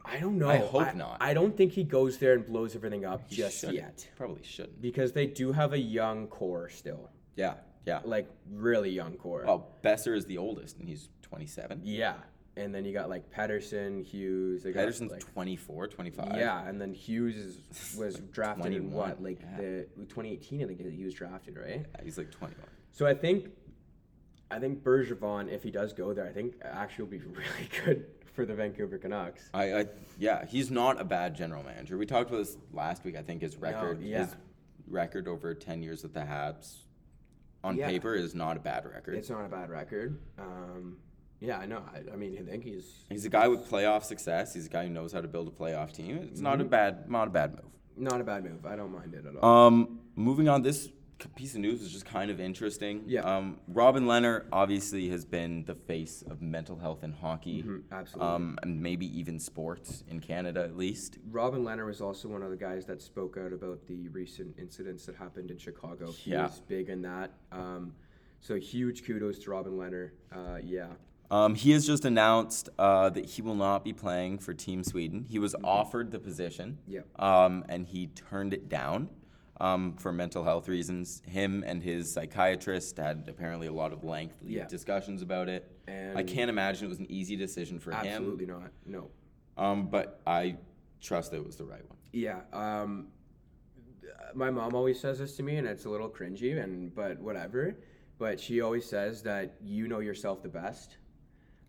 Speaker 2: I don't know.
Speaker 1: I hope not.
Speaker 2: I don't think he goes there and blows everything up just
Speaker 1: Shouldn't.
Speaker 2: yet
Speaker 1: Probably shouldn't.
Speaker 2: because they do have a young core still,
Speaker 1: Yeah, yeah.
Speaker 2: like really young core.
Speaker 1: Well, Besser is the oldest, and he's 27.
Speaker 2: Yeah, and then you got like Patterson, Hughes. They got,
Speaker 1: Patterson's
Speaker 2: like,
Speaker 1: 24, 25.
Speaker 2: Yeah, and then Hughes is, was drafted in what,
Speaker 1: 21,
Speaker 2: like
Speaker 1: yeah.
Speaker 2: the 2018, I think he was drafted, right?
Speaker 1: Yeah, he's like 21.
Speaker 2: So I think, I think Bergevin, if he does go there, I think actually will be really good for the Vancouver Canucks.
Speaker 1: I, I yeah, he's not a bad general manager. We talked about this last week. I think his record,
Speaker 2: yeah.
Speaker 1: his record over 10 years at the Habs, on
Speaker 2: Yeah.
Speaker 1: paper is not a bad record.
Speaker 2: It's not a bad record. Um, yeah, I know. I, I mean, I think he's
Speaker 1: he's a guy with playoff success. He's a guy who knows how to build a playoff team. It's not a
Speaker 2: Mm-hmm.
Speaker 1: bad, not a bad move.
Speaker 2: not a bad move. I don't mind it at all.
Speaker 1: Um, moving on, this c- piece of news is just kind of interesting.
Speaker 2: Yeah.
Speaker 1: Um, Robin Leonard obviously has been the face of mental health in hockey,
Speaker 2: Hmm, Mm-hmm. Absolutely.
Speaker 1: um, and maybe even sports in Canada at least.
Speaker 2: Robin Leonard was also one of the guys that spoke out about the recent incidents that happened in Chicago. He
Speaker 1: Yeah.
Speaker 2: was big in that. Um, so huge kudos to Robin Leonard. Uh, yeah.
Speaker 1: Um, he has just announced uh, that he will not be playing for Team Sweden. He
Speaker 2: Mm-hmm.
Speaker 1: was offered the position,
Speaker 2: Yep.
Speaker 1: um, and he turned it down um, for mental health reasons. Him and his psychiatrist had apparently a lot of lengthy
Speaker 2: Yeah.
Speaker 1: discussions about it. I
Speaker 2: And-
Speaker 1: can't imagine it was an easy decision for him.
Speaker 2: Absolutely not. No.
Speaker 1: Um, but I trust that it was the right one.
Speaker 2: Yeah. Um, my mom always says this to me, and it's a little cringy, and but whatever. But she always says that you know yourself the best,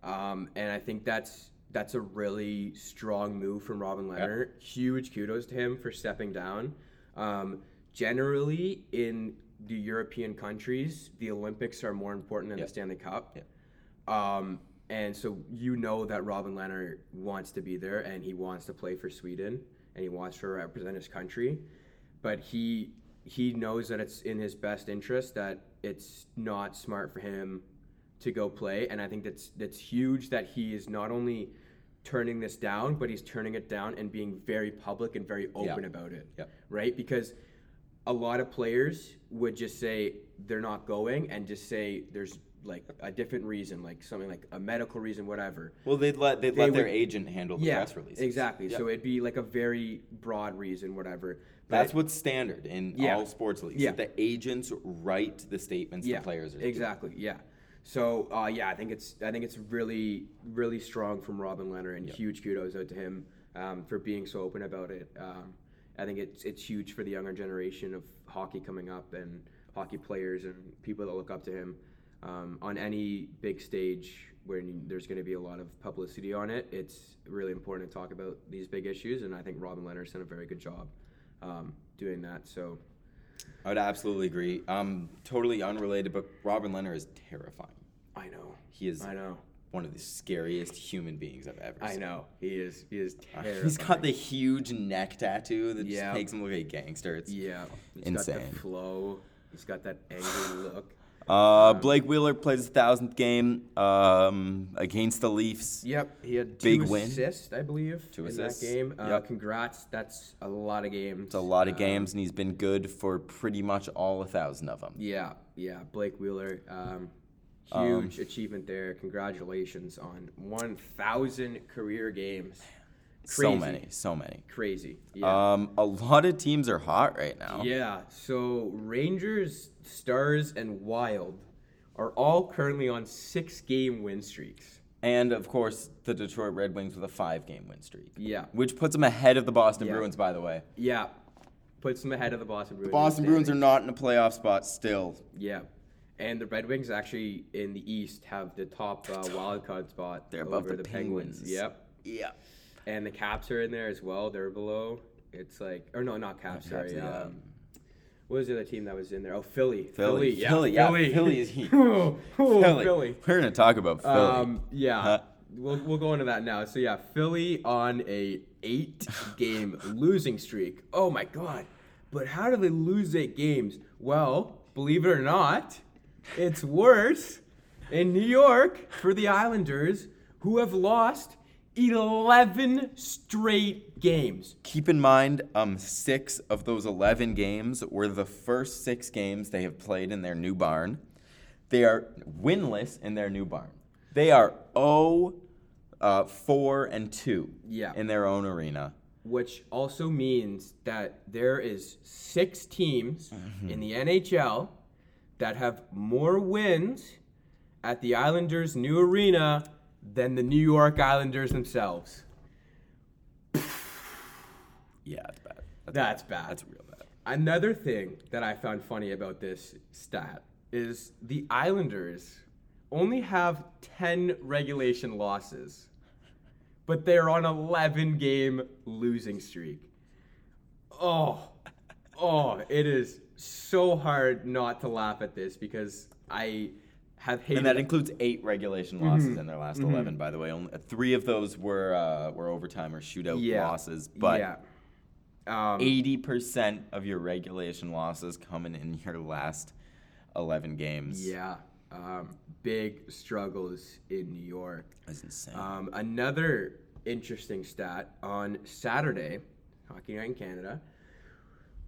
Speaker 2: um, and I think that's that's a really strong move from Robin Leonard. Huge kudos to him for stepping down. Um, generally, in the European countries, the Olympics are more important than the Stanley Cup. Um, and so you know that Robin Leonard wants to be there and he wants to play for Sweden and he wants to represent his country. But he he knows that it's in his best interest that it's not smart for him to go play. And I think that's that's huge that he is not only turning this down, but he's turning it down and being very public and very open about it.
Speaker 1: Yeah.
Speaker 2: Right? Because a lot of players would just say they're not going and just say there's like a different reason, like something like a medical reason, whatever.
Speaker 1: Well, they'd let they'd
Speaker 2: They
Speaker 1: let their
Speaker 2: would-
Speaker 1: agent handle the
Speaker 2: yeah,
Speaker 1: press release.
Speaker 2: exactly. So it'd be like a very broad reason, whatever. But
Speaker 1: That's what's standard in
Speaker 2: Yeah.
Speaker 1: all sports leagues.
Speaker 2: Yeah.
Speaker 1: that The agents write the statements
Speaker 2: yeah,
Speaker 1: the players are doing.
Speaker 2: exactly. Yeah. So uh, yeah, I think it's I think it's really really strong from Robin Leonard and huge kudos out to him um, for being so open about it. Um, I think it's it's huge for the younger generation of hockey coming up and hockey players and people that look up to him um, on any big stage where you- there's going to be a lot of publicity on it. It's really important to talk about these big issues, and I think Robin Leonard's done a very good job um, doing that. So
Speaker 1: I would absolutely agree. Um, totally unrelated, but Robin Leonard is terrifying.
Speaker 2: I know
Speaker 1: He is
Speaker 2: I know.
Speaker 1: one of the scariest human beings I've ever
Speaker 2: I
Speaker 1: seen. Uh,
Speaker 2: know he is. He is terrible.
Speaker 1: He's got the huge neck tattoo that
Speaker 2: Yeah.
Speaker 1: just makes him look like a gangster. It's
Speaker 2: yeah. He's got
Speaker 1: Insane.
Speaker 2: the flow. He's got that angry look.
Speaker 1: Uh, Blake Wheeler plays his thousandth game um, against the Leafs.
Speaker 2: Yep, he had two
Speaker 1: Big win.
Speaker 2: assists, I believe,
Speaker 1: Two
Speaker 2: in
Speaker 1: assists.
Speaker 2: that game. Uh,
Speaker 1: Yep.
Speaker 2: Congrats. That's a lot of games.
Speaker 1: It's a lot of games, and he's been good for pretty much all a thousand of them.
Speaker 2: Yeah, yeah. Blake Wheeler, um, huge achievement there. Congratulations on 1,000 career games.
Speaker 1: So
Speaker 2: Crazy.
Speaker 1: many, so many.
Speaker 2: Crazy. Yeah.
Speaker 1: Um, a lot of teams are hot right now.
Speaker 2: Yeah, so Rangers, Stars, and Wild are all currently on six game win streaks.
Speaker 1: And of course, the Detroit Red Wings with a five-game win streak,
Speaker 2: Yeah,
Speaker 1: which puts them ahead of the Boston
Speaker 2: Yeah.
Speaker 1: Bruins. By the way,
Speaker 2: yeah. Puts them ahead of the Boston Bruins. in
Speaker 1: Boston
Speaker 2: standings.
Speaker 1: Bruins are not in a playoff spot still.
Speaker 2: Yeah. And the Red Wings actually in the East have the top uh, wild card spot.
Speaker 1: They're above
Speaker 2: over
Speaker 1: the Penguins.
Speaker 2: Yep.
Speaker 1: Yeah.
Speaker 2: And the Caps are in there as well. They're below. It's like, or no, not Caps. sorry.
Speaker 1: yeah.
Speaker 2: Um, what was the other team that was in there? Oh, Philly.
Speaker 1: Philly,
Speaker 2: yeah.
Speaker 1: Philly, yeah, Philly is heat.
Speaker 2: oh, oh,
Speaker 1: Philly.
Speaker 2: Philly.
Speaker 1: We're gonna talk about Philly.
Speaker 2: Um, yeah,
Speaker 1: Huh.
Speaker 2: we'll, we'll go into that now. So yeah, Philly on a eight game losing streak. Oh my god! But how do they lose eight games? Well, believe it or not, it's worse in New York for the Islanders, who have lost eleven straight games.
Speaker 1: Keep in mind, um, six of those 11 games were the first six games they have played in their new barn. They are winless in their new barn. They are 0 uh, four and two
Speaker 2: Yeah.
Speaker 1: in their own arena.
Speaker 2: which also means that there is six teams in the NHL that have more wins at the Islanders' new arena than the New York Islanders themselves.
Speaker 1: Yeah, that's bad. That's,
Speaker 2: That's bad.
Speaker 1: that's real bad.
Speaker 2: Another thing that I found funny about this stat is the Islanders only have 10 regulation losses, but they're on 11 game losing streak. Oh, oh, it is so hard not to laugh at this because I have hated
Speaker 1: And that includes eight
Speaker 2: Mm-hmm.
Speaker 1: regulation losses in their last eleven. By the way, only uh, three of those were uh, were overtime or shootout
Speaker 2: Yeah.
Speaker 1: losses. But
Speaker 2: yeah. Um,
Speaker 1: eighty percent of your regulation losses coming in your last eleven games.
Speaker 2: yeah. Um, big struggles in New York.
Speaker 1: that's insane.
Speaker 2: Um, another interesting stat on Saturday, Hockey Night in Canada,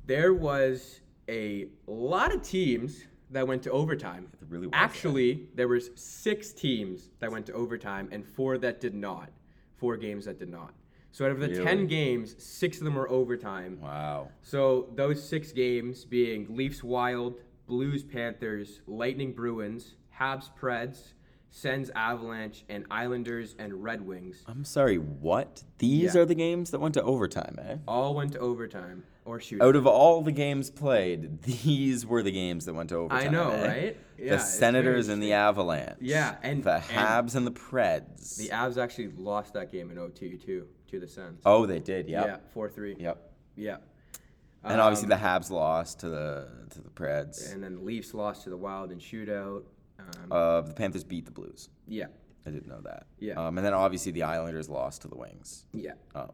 Speaker 2: there was a lot of teams that went to overtime.
Speaker 1: There really was, yeah.
Speaker 2: Actually, there was six teams that went to overtime and four that did not. Four games that did not. So out of the
Speaker 1: Really?
Speaker 2: ten games, six of them were overtime.
Speaker 1: wow.
Speaker 2: So those six games being Leafs Wild, Blues Panthers, Lightning Bruins, Habs Preds, Sens Avalanche, and Islanders and Red Wings
Speaker 1: I'm sorry. What? These
Speaker 2: Yeah.
Speaker 1: are the games that went to overtime, eh?
Speaker 2: all went to overtime or shootout.
Speaker 1: Out of all the games played, these were the games that went to overtime.
Speaker 2: I know,
Speaker 1: eh?
Speaker 2: right?
Speaker 1: the
Speaker 2: it's
Speaker 1: Senators
Speaker 2: very
Speaker 1: and the Avalanche.
Speaker 2: Yeah, and-
Speaker 1: the
Speaker 2: and-
Speaker 1: Habs and, the Preds.
Speaker 2: interesting. the Avs actually lost that game in OT too to the Sens.
Speaker 1: oh, they did. Yep.
Speaker 2: Yeah, four three.
Speaker 1: Yep.
Speaker 2: Yeah.
Speaker 1: And obviously the Habs lost to the to the Preds.
Speaker 2: And then the Leafs lost to the Wild in shootout. Um,
Speaker 1: Uh, the Panthers beat the Blues.
Speaker 2: yeah,
Speaker 1: I didn't know that.
Speaker 2: Yeah.
Speaker 1: Um, and then obviously the Islanders lost to the Wings.
Speaker 2: yeah.
Speaker 1: Um,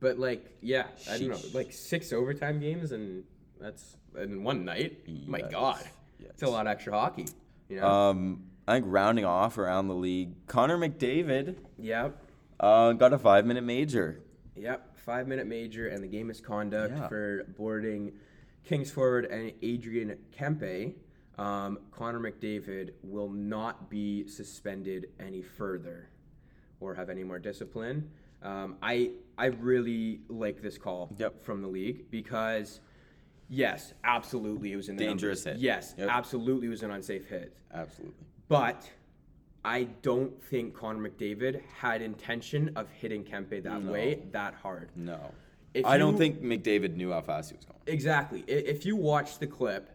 Speaker 2: But like, yeah, I don't know,
Speaker 1: Sheesh.
Speaker 2: like six overtime games, and that's in one night. My
Speaker 1: Yikes.
Speaker 2: God, it's a
Speaker 1: Yikes.
Speaker 2: lot of extra hockey. You know?
Speaker 1: um, I think rounding off around the league, Connor McDavid
Speaker 2: yep,
Speaker 1: uh, got a five minute major.
Speaker 2: yep. Five minute major, and the game misconduct
Speaker 1: Yeah.
Speaker 2: for boarding Kings forward and Adrian Kempe. Um, Connor McDavid will not be suspended any further, or have any more discipline. Um, I I really like this call
Speaker 1: Yep.
Speaker 2: from the league because. Yes, absolutely. It was in the
Speaker 1: Dangerous
Speaker 2: numbers.
Speaker 1: hit.
Speaker 2: Yes,
Speaker 1: Yep.
Speaker 2: absolutely. It was an unsafe hit.
Speaker 1: Absolutely.
Speaker 2: But I don't think Connor McDavid had intention of hitting Kempe that way, that hard.
Speaker 1: No.
Speaker 2: If
Speaker 1: I don't
Speaker 2: you-
Speaker 1: think McDavid knew how fast he was going.
Speaker 2: Exactly. I- If you watch the clip,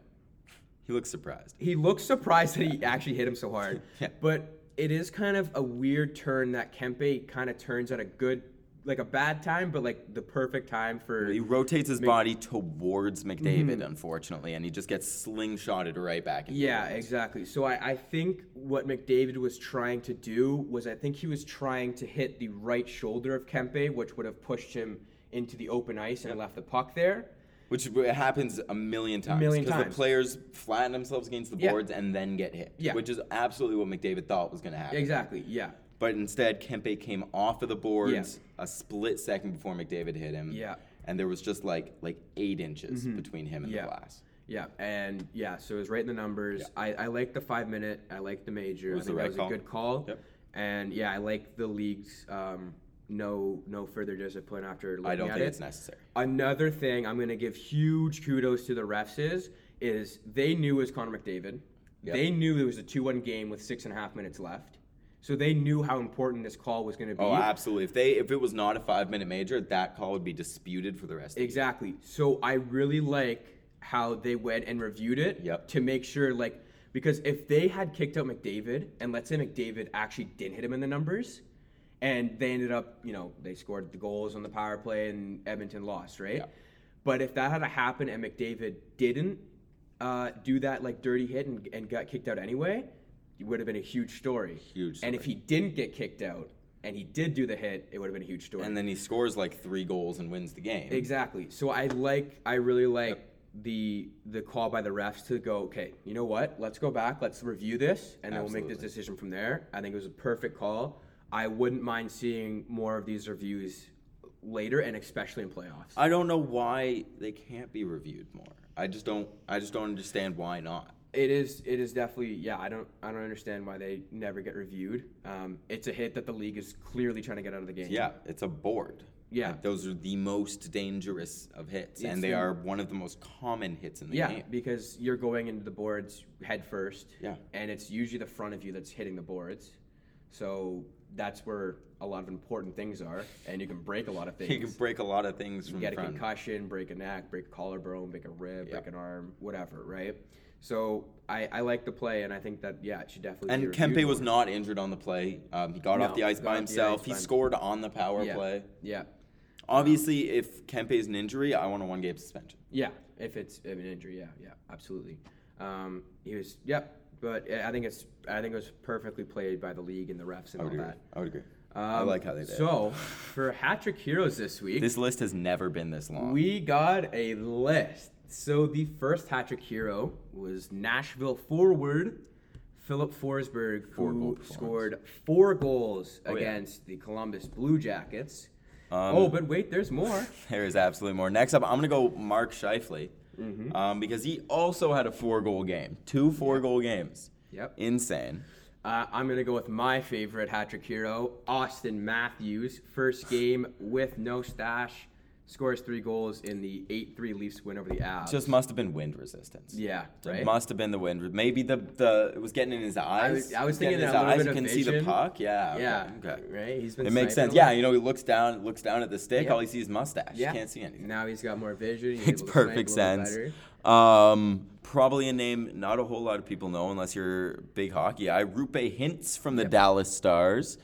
Speaker 1: He looked surprised.
Speaker 2: he looks surprised that he actually hit him so hard.
Speaker 1: Yeah.
Speaker 2: But it is kind of a weird turn that Kempe kind of turns at a good, like a bad time, but like the perfect time for.
Speaker 1: He rotates his body towards
Speaker 2: Mm-hmm.
Speaker 1: McDavid, unfortunately, and he just gets slingshotted right back. Into
Speaker 2: Yeah,
Speaker 1: the net.
Speaker 2: exactly. So I, I think what McDavid was trying to do was I think he was trying to hit the right shoulder of Kempe, which would have pushed him into the open ice and left the puck there.
Speaker 1: Which w- happens a million times.
Speaker 2: Million
Speaker 1: the
Speaker 2: times.
Speaker 1: players flatten themselves against the
Speaker 2: Yeah.
Speaker 1: boards and then get hit.
Speaker 2: Yeah.
Speaker 1: Which is absolutely what McDavid thought was going to happen.
Speaker 2: Exactly. Yeah.
Speaker 1: But instead, Kempe came off of the boards a split second before McDavid hit him.
Speaker 2: Yeah. Mm-hmm.
Speaker 1: And there was just like like eight inches between him and
Speaker 2: Yeah.
Speaker 1: the glass.
Speaker 2: Yeah. And yeah, so it was right in the numbers. I, I like the five minute. I like the major.
Speaker 1: was
Speaker 2: I
Speaker 1: the
Speaker 2: think
Speaker 1: right
Speaker 2: that was
Speaker 1: call.
Speaker 2: a good call.
Speaker 1: Yep.
Speaker 2: And yeah, I like the league's um, no no further discipline after looking
Speaker 1: I don't
Speaker 2: at
Speaker 1: think
Speaker 2: it.
Speaker 1: it's necessary.
Speaker 2: Another thing I'm going to give huge kudos to the refs is, is they knew it was Connor McDavid.
Speaker 1: Yep.
Speaker 2: They knew it was a 2 1 game with six and a half minutes left. So they knew how important this call was going to be.
Speaker 1: Oh, absolutely. If they if it was not a five minute major, that call would be disputed for the rest. of
Speaker 2: Exactly. So I really like how they went and reviewed it
Speaker 1: Yep.
Speaker 2: to make sure, like, because if they had kicked out McDavid, and let's say McDavid actually didn't hit him in the numbers, and they ended up, you know, they scored the goals on the power play and Edmonton lost, right?
Speaker 1: Yeah.
Speaker 2: But if that had happened and McDavid didn't uh, do that, like, dirty hit and, and got kicked out anyway, it would have been a huge story.
Speaker 1: Huge
Speaker 2: And if he didn't get kicked out and he did do the hit, it would have been a huge story.
Speaker 1: and then he scores like three goals and wins the game.
Speaker 2: Exactly. So I like I really like the the call by the refs to go, okay, you know what? Let's go back, let's review this, and then we'll make this decision from there. I think it was a perfect call. I wouldn't mind seeing more of these reviews later and especially in
Speaker 1: Uh,
Speaker 2: playoffs.
Speaker 1: I don't know why they can't be reviewed more. I just don't. I just don't understand why not.
Speaker 2: It is. It is definitely. Yeah, I don't. I don't understand why they never get reviewed. Um, it's a hit that the league is clearly trying to get out of the game.
Speaker 1: Yeah, it's a board.
Speaker 2: Yeah.
Speaker 1: Like, those are the most dangerous of hits,
Speaker 2: It's
Speaker 1: and they
Speaker 2: the-
Speaker 1: are one of the most common hits in the
Speaker 2: Yeah,
Speaker 1: game.
Speaker 2: because you're going into the boards head first.
Speaker 1: Yeah.
Speaker 2: And it's usually the front of you that's hitting the boards. So that's where a lot of important things are, and you can break a lot of things.
Speaker 1: You can break a lot of things from
Speaker 2: get a
Speaker 1: front.
Speaker 2: concussion, break a neck, break a collarbone, break a rib,
Speaker 1: Yep.
Speaker 2: break an arm, whatever, right? So I, I like the play, and I think that yeah, it should definitely. be
Speaker 1: And
Speaker 2: reviewed
Speaker 1: Kempe was
Speaker 2: more.
Speaker 1: not injured on the play. Um, he got
Speaker 2: No,
Speaker 1: off the ice
Speaker 2: got
Speaker 1: by
Speaker 2: off the
Speaker 1: himself.
Speaker 2: ice
Speaker 1: he
Speaker 2: by him-
Speaker 1: scored on the power
Speaker 2: yeah.
Speaker 1: play.
Speaker 2: Yeah,
Speaker 1: Obviously, if Kempe is an injury, I want a one game suspension.
Speaker 2: yeah. If it's if an injury, yeah, yeah, absolutely. Um, he was yep, but I think it's I think it was perfectly played by the league and the refs and all that.
Speaker 1: I would agree. I
Speaker 2: Um,
Speaker 1: like how they did. it.
Speaker 2: So for hat trick heroes this week,
Speaker 1: this list has never been this long.
Speaker 2: We got a list. So the first hat trick hero was Nashville forward Philip Forsberg,
Speaker 1: Four goal
Speaker 2: who
Speaker 1: performance. Oh,
Speaker 2: scored four goals
Speaker 1: yeah.
Speaker 2: against the Columbus Blue Jackets.
Speaker 1: Um,
Speaker 2: oh, but wait, there's more.
Speaker 1: There is absolutely more. Next up, I'm gonna go Mark Scheifele,
Speaker 2: Mm-hmm.
Speaker 1: um, because he also had a four goal game, two four goal games.
Speaker 2: Yep.
Speaker 1: Insane.
Speaker 2: Uh, I'm gonna go with my favorite hat trick hero, Austin Matthews. First game with no stash, scores three goals in the 8-3 Leafs win over the Avs.
Speaker 1: Just must have been wind resistance.
Speaker 2: yeah, right.
Speaker 1: It must have been the wind. Maybe the the it was getting in his eyes.
Speaker 2: was- I was
Speaker 1: Getting
Speaker 2: thinking
Speaker 1: in his
Speaker 2: a little
Speaker 1: eyes.
Speaker 2: bit
Speaker 1: you
Speaker 2: of
Speaker 1: can see the
Speaker 2: vision.
Speaker 1: puck. Yeah. okay,
Speaker 2: yeah,
Speaker 1: Okay.
Speaker 2: right. He's been.
Speaker 1: It makes
Speaker 2: sniping
Speaker 1: sense.
Speaker 2: a lot.
Speaker 1: Yeah. You know, he looks down. Looks down at the stick.
Speaker 2: Yeah.
Speaker 1: All he sees is mustache.
Speaker 2: Yeah.
Speaker 1: Can't see anything.
Speaker 2: Now he's got more vision. He's
Speaker 1: Makes
Speaker 2: able to snipe a
Speaker 1: perfect
Speaker 2: little
Speaker 1: sense.
Speaker 2: better.
Speaker 1: Um, probably a name not a whole lot of people know unless you're big hockey. I Rupe Hints from the Dallas Stars.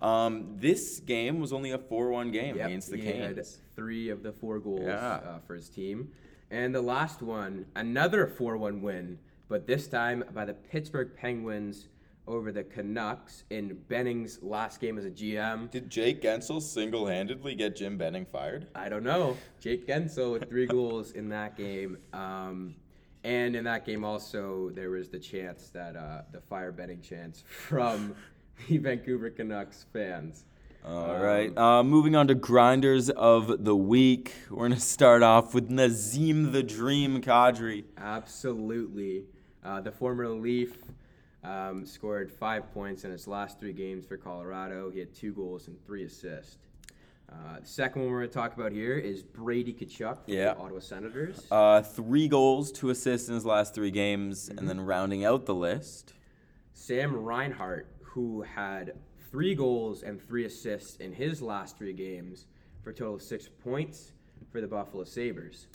Speaker 1: Um, this game was only a 4-1 game
Speaker 2: Yep,
Speaker 1: against the
Speaker 2: he had
Speaker 1: Canes.
Speaker 2: three of the four goals
Speaker 1: Yeah.
Speaker 2: uh, for his team. And the last one, another 4 1 win, but this time by the Pittsburgh Penguins over the Canucks in Benning's last game as a GM.
Speaker 1: Did Jake Gensel single-handedly get Jim Benning fired?
Speaker 2: I don't know. Jake Gensel with three goals in that game. Um, and in that game also, there was the chance that uh, the fire betting chance from the Vancouver Canucks fans.
Speaker 1: All right. Uh, moving on to grinders of the week. We're gonna start off with Nazim the Dream Kadri.
Speaker 2: Absolutely. Uh, the former Leaf um, scored five points in his last three games for Colorado. He had two goals and three assists. Uh, the second one we're going to talk about here is Brady Kachuk from
Speaker 1: Yeah.
Speaker 2: the Ottawa Senators.
Speaker 1: Uh, three goals, two assists in his last three games, and then rounding out the list.
Speaker 2: Sam Reinhart, who had three goals and three assists in his last three games for a total of six points for the Buffalo Sabres.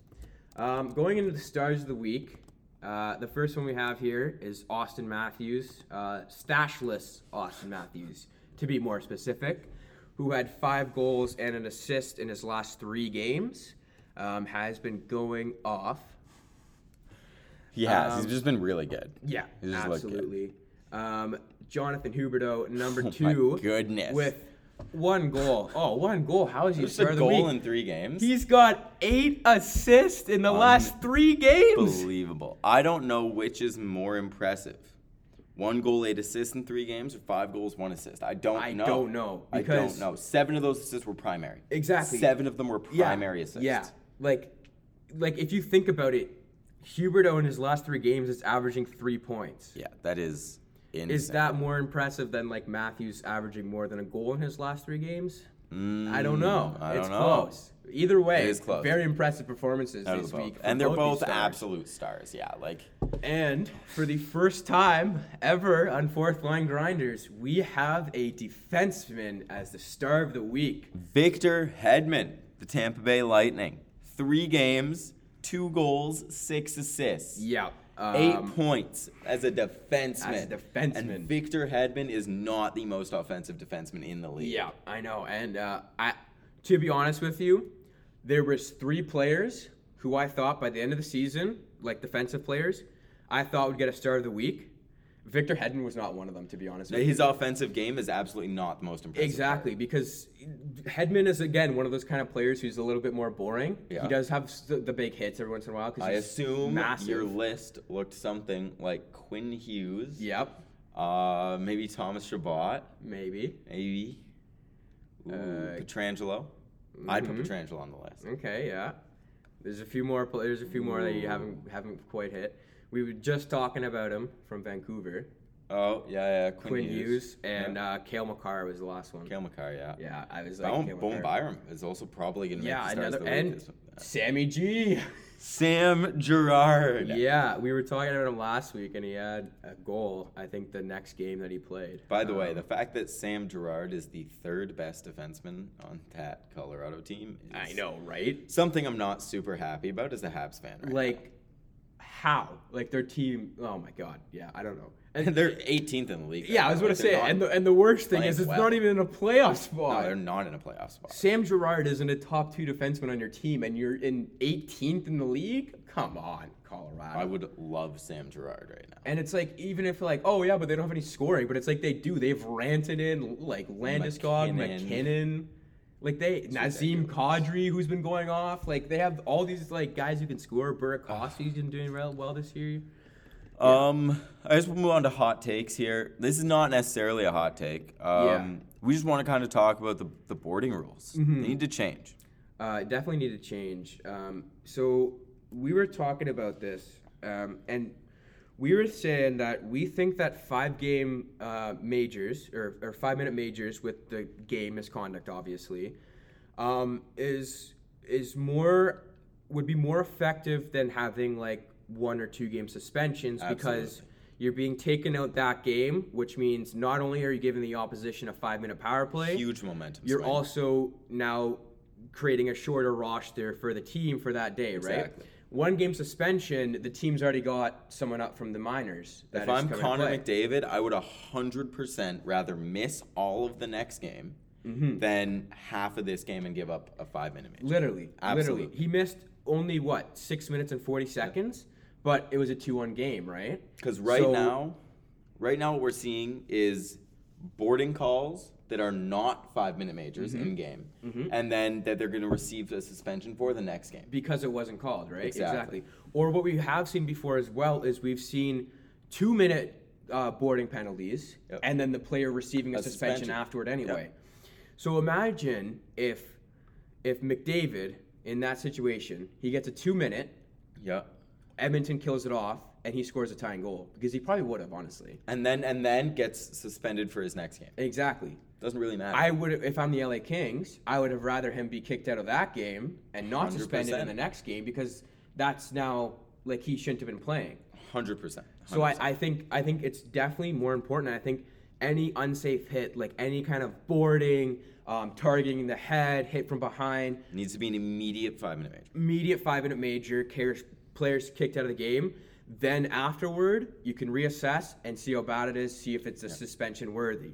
Speaker 2: Um, going into the stars of the week, uh, the first one we have here is Austin Matthews, uh, stashless Austin Matthews, to be more specific, who had five goals and an assist in his last three games, um, has been going off.
Speaker 1: He has.
Speaker 2: Um,
Speaker 1: He's just been really good.
Speaker 2: Yeah,
Speaker 1: He just looked good.
Speaker 2: absolutely. Um, Jonathan Huberto, number
Speaker 1: Oh my
Speaker 2: two.
Speaker 1: goodness.
Speaker 2: With one goal. Oh, one goal. How is he
Speaker 1: Just a
Speaker 2: starting the
Speaker 1: goal
Speaker 2: week?
Speaker 1: in three games.
Speaker 2: He's got eight assists in the last three games.
Speaker 1: Unbelievable. I don't know which is more impressive. One goal, eight assists in three games, or five goals, one assist. I don't
Speaker 2: I
Speaker 1: know.
Speaker 2: don't know,
Speaker 1: I
Speaker 2: because-
Speaker 1: don't know. Seven of those assists were primary.
Speaker 2: Exactly.
Speaker 1: Seven of them were
Speaker 2: Yeah,
Speaker 1: primary assists.
Speaker 2: Yeah, like, like if you think about it, Huberto in his last three games is averaging three points.
Speaker 1: Yeah, that is insane.
Speaker 2: Is that more impressive than like Matthews averaging more than a goal in his last three games? I don't know.
Speaker 1: Mm, I
Speaker 2: it's
Speaker 1: don't know.
Speaker 2: close. Either way,
Speaker 1: It is close.
Speaker 2: very impressive performances
Speaker 1: Out of
Speaker 2: this
Speaker 1: the both.
Speaker 2: week. for
Speaker 1: And they're
Speaker 2: these
Speaker 1: both
Speaker 2: stars.
Speaker 1: absolute stars. Yeah, like
Speaker 2: And for the first time ever on Fourth Line Grinders, we have a defenseman as the star of the week.
Speaker 1: Victor Hedman, the Tampa Bay Lightning. Three games, two goals, six assists.
Speaker 2: Yeah. Um,
Speaker 1: Eight points as a defenseman.
Speaker 2: as a defenseman.
Speaker 1: And Victor Hedman is not the most offensive defenseman in the league.
Speaker 2: Yeah, I know. And uh, I, to be honest with you, there was three players who I thought by the end of the season, like defensive players, I thought would get a star of the week. Victor Hedman was not one of them, to be honest with you.
Speaker 1: His offensive game is absolutely not the most impressive.
Speaker 2: Exactly, because Hedman is again one of those kind of players who's a little bit more boring.
Speaker 1: Yeah.
Speaker 2: He does have s- the big hits every once in a while because
Speaker 1: I
Speaker 2: he's
Speaker 1: assume
Speaker 2: massive.
Speaker 1: your list looked something like Quinn Hughes.
Speaker 2: Yep,
Speaker 1: Uh, maybe Thomas Shabbat.
Speaker 2: maybe.
Speaker 1: Maybe. Ooh,
Speaker 2: Uh, mm-hmm.
Speaker 1: Petrangelo. I'd put Petrangelo on the list.
Speaker 2: Okay, yeah. There's a few more. pl- There's a few more that you haven't haven't quite hit. We were just talking about him from Vancouver,
Speaker 1: Oh yeah, yeah. Quinn,
Speaker 2: Quinn Hughes, and uh, Kale McCarr was the last one.
Speaker 1: Kale McCarr, yeah.
Speaker 2: Yeah, I was like,
Speaker 1: Bowen,
Speaker 2: Kale
Speaker 1: Bowen
Speaker 2: McCarr.
Speaker 1: Byram is also probably gonna make
Speaker 2: Yeah,
Speaker 1: the stars
Speaker 2: another
Speaker 1: of the week.
Speaker 2: and Sammy G.
Speaker 1: Sam Gerard.
Speaker 2: Yeah, we were talking about him last week, and he had a goal. I think the next game that he played. Um,
Speaker 1: By the way, the fact that Sam Gerard is the third best defenseman on that Colorado team is
Speaker 2: I know, right?
Speaker 1: something I'm not super happy about as a Habs fan. Right?
Speaker 2: Like, how? Like their team? Oh my God! Yeah, I don't know.
Speaker 1: now.
Speaker 2: And
Speaker 1: they're 18th in the league. right
Speaker 2: yeah, I
Speaker 1: now.
Speaker 2: was gonna
Speaker 1: Like, they're
Speaker 2: say,
Speaker 1: not-
Speaker 2: and the and the worst thing
Speaker 1: playing
Speaker 2: is it's
Speaker 1: well.
Speaker 2: not even in a playoff
Speaker 1: no,
Speaker 2: spot.
Speaker 1: they're not in a playoff spot.
Speaker 2: Sam Gerard isn't a top two defenseman on your team, and you're in 18th in the league. Come on, Colorado.
Speaker 1: I would love Sam Gerard right now.
Speaker 2: And it's like even if like oh yeah, but they don't have any scoring, but it's like they do. They've ranted in like Landeskog,
Speaker 1: McKinnon.
Speaker 2: McKinnon, like they Nazim Kadri, who's been going off. Like they have all these like guys who can score. Burakovsky's been doing real well this year.
Speaker 1: Um, I just want to move on to hot takes here. This is not necessarily a hot take. Um, We just want to kind of talk about the, the boarding rules.
Speaker 2: Mm-hmm.
Speaker 1: They need to change.
Speaker 2: Uh, definitely need to change. Um, so we were talking about this, um, and we were saying that we think that five game uh, majors or, or five minute majors with the game misconduct, obviously, um, is is more would be more effective than having like one or two game suspensions because you're being taken out that game, which means not only are you giving the opposition a five minute power play,
Speaker 1: Huge momentum.
Speaker 2: you're
Speaker 1: swing.
Speaker 2: also now creating a shorter roster for the team for that day, right?
Speaker 1: Exactly.
Speaker 2: One game suspension, the team's already got someone up from the minors.
Speaker 1: If
Speaker 2: that is
Speaker 1: I'm
Speaker 2: coming to
Speaker 1: Connor
Speaker 2: play.
Speaker 1: McDavid, I would 100% rather miss all of the next game than half of this game and give up a five minute major.
Speaker 2: Mm-hmm. literally, literally,
Speaker 1: Absolutely.
Speaker 2: he missed only what six minutes and forty seconds, but it was a two-one game, right?
Speaker 1: Because right
Speaker 2: So-
Speaker 1: now, right now what we're seeing is boarding calls that are not five minute majors
Speaker 2: Mm-hmm.
Speaker 1: in game, and then that they're going to receive a suspension for the next game.
Speaker 2: because it wasn't called, right?
Speaker 1: Exactly.
Speaker 2: Or what we have seen before as well is we've seen two minute uh, boarding penalties
Speaker 1: Yep.
Speaker 2: and then the player receiving a,
Speaker 1: A
Speaker 2: suspension,
Speaker 1: suspension.
Speaker 2: afterward anyway. So imagine if if McDavid in that situation, he gets a two minute,
Speaker 1: Yeah.
Speaker 2: Edmonton kills it off, and he scores a tying goal because he probably would have honestly.
Speaker 1: And then and then gets suspended for his next game.
Speaker 2: Exactly.
Speaker 1: Doesn't really matter.
Speaker 2: I would, if I'm the LA Kings, I would have rather him be kicked out of that game and not suspended in
Speaker 1: 100%.
Speaker 2: the next game because that's now like he shouldn't have been playing.
Speaker 1: Hundred percent.
Speaker 2: So I, I think I think it's definitely more important. I think any unsafe hit, like any kind of boarding, um, targeting the head, hit from behind,
Speaker 1: needs to be an immediate five minute major.
Speaker 2: immediate five minute major, cares, players kicked out of the game. Then afterward, you can reassess and see how bad it is, see if it's a suspension worthy.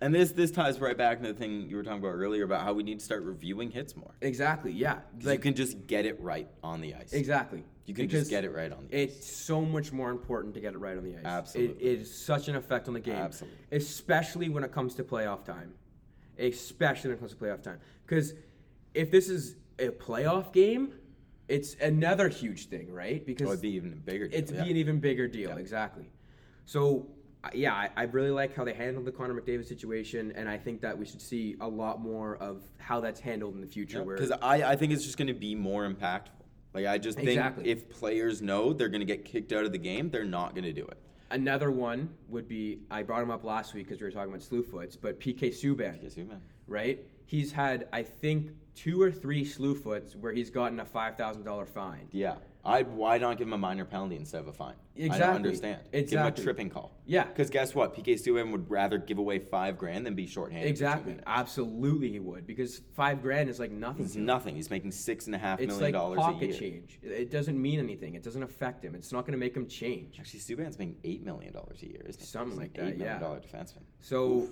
Speaker 1: And this this ties right back to the thing you were talking about earlier about how we need to start reviewing hits more.
Speaker 2: Exactly. Yeah.
Speaker 1: 'Cause you
Speaker 2: Like
Speaker 1: can just get it right on the ice.
Speaker 2: exactly.
Speaker 1: You can
Speaker 2: Because
Speaker 1: just get it right on the ice.
Speaker 2: It's so much more important to get it right on the ice. It-
Speaker 1: Absolutely.
Speaker 2: it is such an effect on the game.
Speaker 1: Absolutely.
Speaker 2: Especially when it comes to playoff time. Especially when it comes to playoff time. Because if this is a playoff game, it's another huge thing, right?
Speaker 1: It
Speaker 2: Because
Speaker 1: would Oh, be even a bigger. Deal,
Speaker 2: it's
Speaker 1: yeah.
Speaker 2: be an even bigger deal, exactly. So, I- yeah, I, I really like how they handled the Connor McDavid situation, and I think that we should see a lot more of how that's handled in the future. where
Speaker 1: Because I, I think it's just going to be more impactful. Like, I just think
Speaker 2: Exactly.
Speaker 1: if players know they're going to get kicked out of the game, they're not going to do it.
Speaker 2: Another one would be I brought him up last week because we were talking about slew foots, but PK Subban,
Speaker 1: Guess who, man?
Speaker 2: right? He's had I think two or three slew foots where he's gotten a five thousand dollar fine.
Speaker 1: Yeah. I, why not give him a minor penalty instead of a fine? I don't
Speaker 2: Exactly.
Speaker 1: understand. Give him a
Speaker 2: Exactly.
Speaker 1: tripping call.
Speaker 2: Yeah.
Speaker 1: Because guess what? PK Subban would rather give away five grand than be shorthanded. for two
Speaker 2: Exactly,
Speaker 1: minutes.
Speaker 2: absolutely he would because five grand is like nothing.
Speaker 1: It's
Speaker 2: to him.
Speaker 1: nothing. He's making six and a half
Speaker 2: It's
Speaker 1: Mm-hmm. million
Speaker 2: like
Speaker 1: dollars a
Speaker 2: pocket
Speaker 1: year.
Speaker 2: change. It- It doesn't mean anything. It doesn't affect him. It's not going to make him change.
Speaker 1: Actually, Subban's making eight million dollars a year. Isn't he?
Speaker 2: Something
Speaker 1: He's
Speaker 2: like
Speaker 1: an
Speaker 2: that,
Speaker 1: Eight million
Speaker 2: yeah.
Speaker 1: dollar defenseman.
Speaker 2: So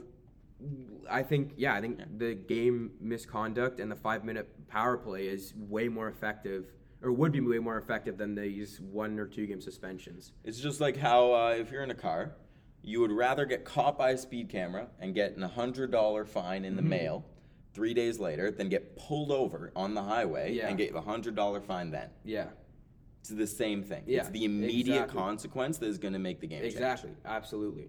Speaker 2: I think yeah, I think the game misconduct and the five minute power play is way more effective or would be way more effective than these one or two game suspensions.
Speaker 1: It's just like how uh, if you're in a car, you would rather get caught by a speed camera and get an hundred dollar fine in the mail three days later than get pulled over on the highway
Speaker 2: Yeah.
Speaker 1: and get a hundred dollar fine then.
Speaker 2: Yeah.
Speaker 1: It's the same thing. it's
Speaker 2: Yeah,
Speaker 1: the immediate
Speaker 2: exactly.
Speaker 1: consequence that is going to make the game change.
Speaker 2: Exactly. Absolutely.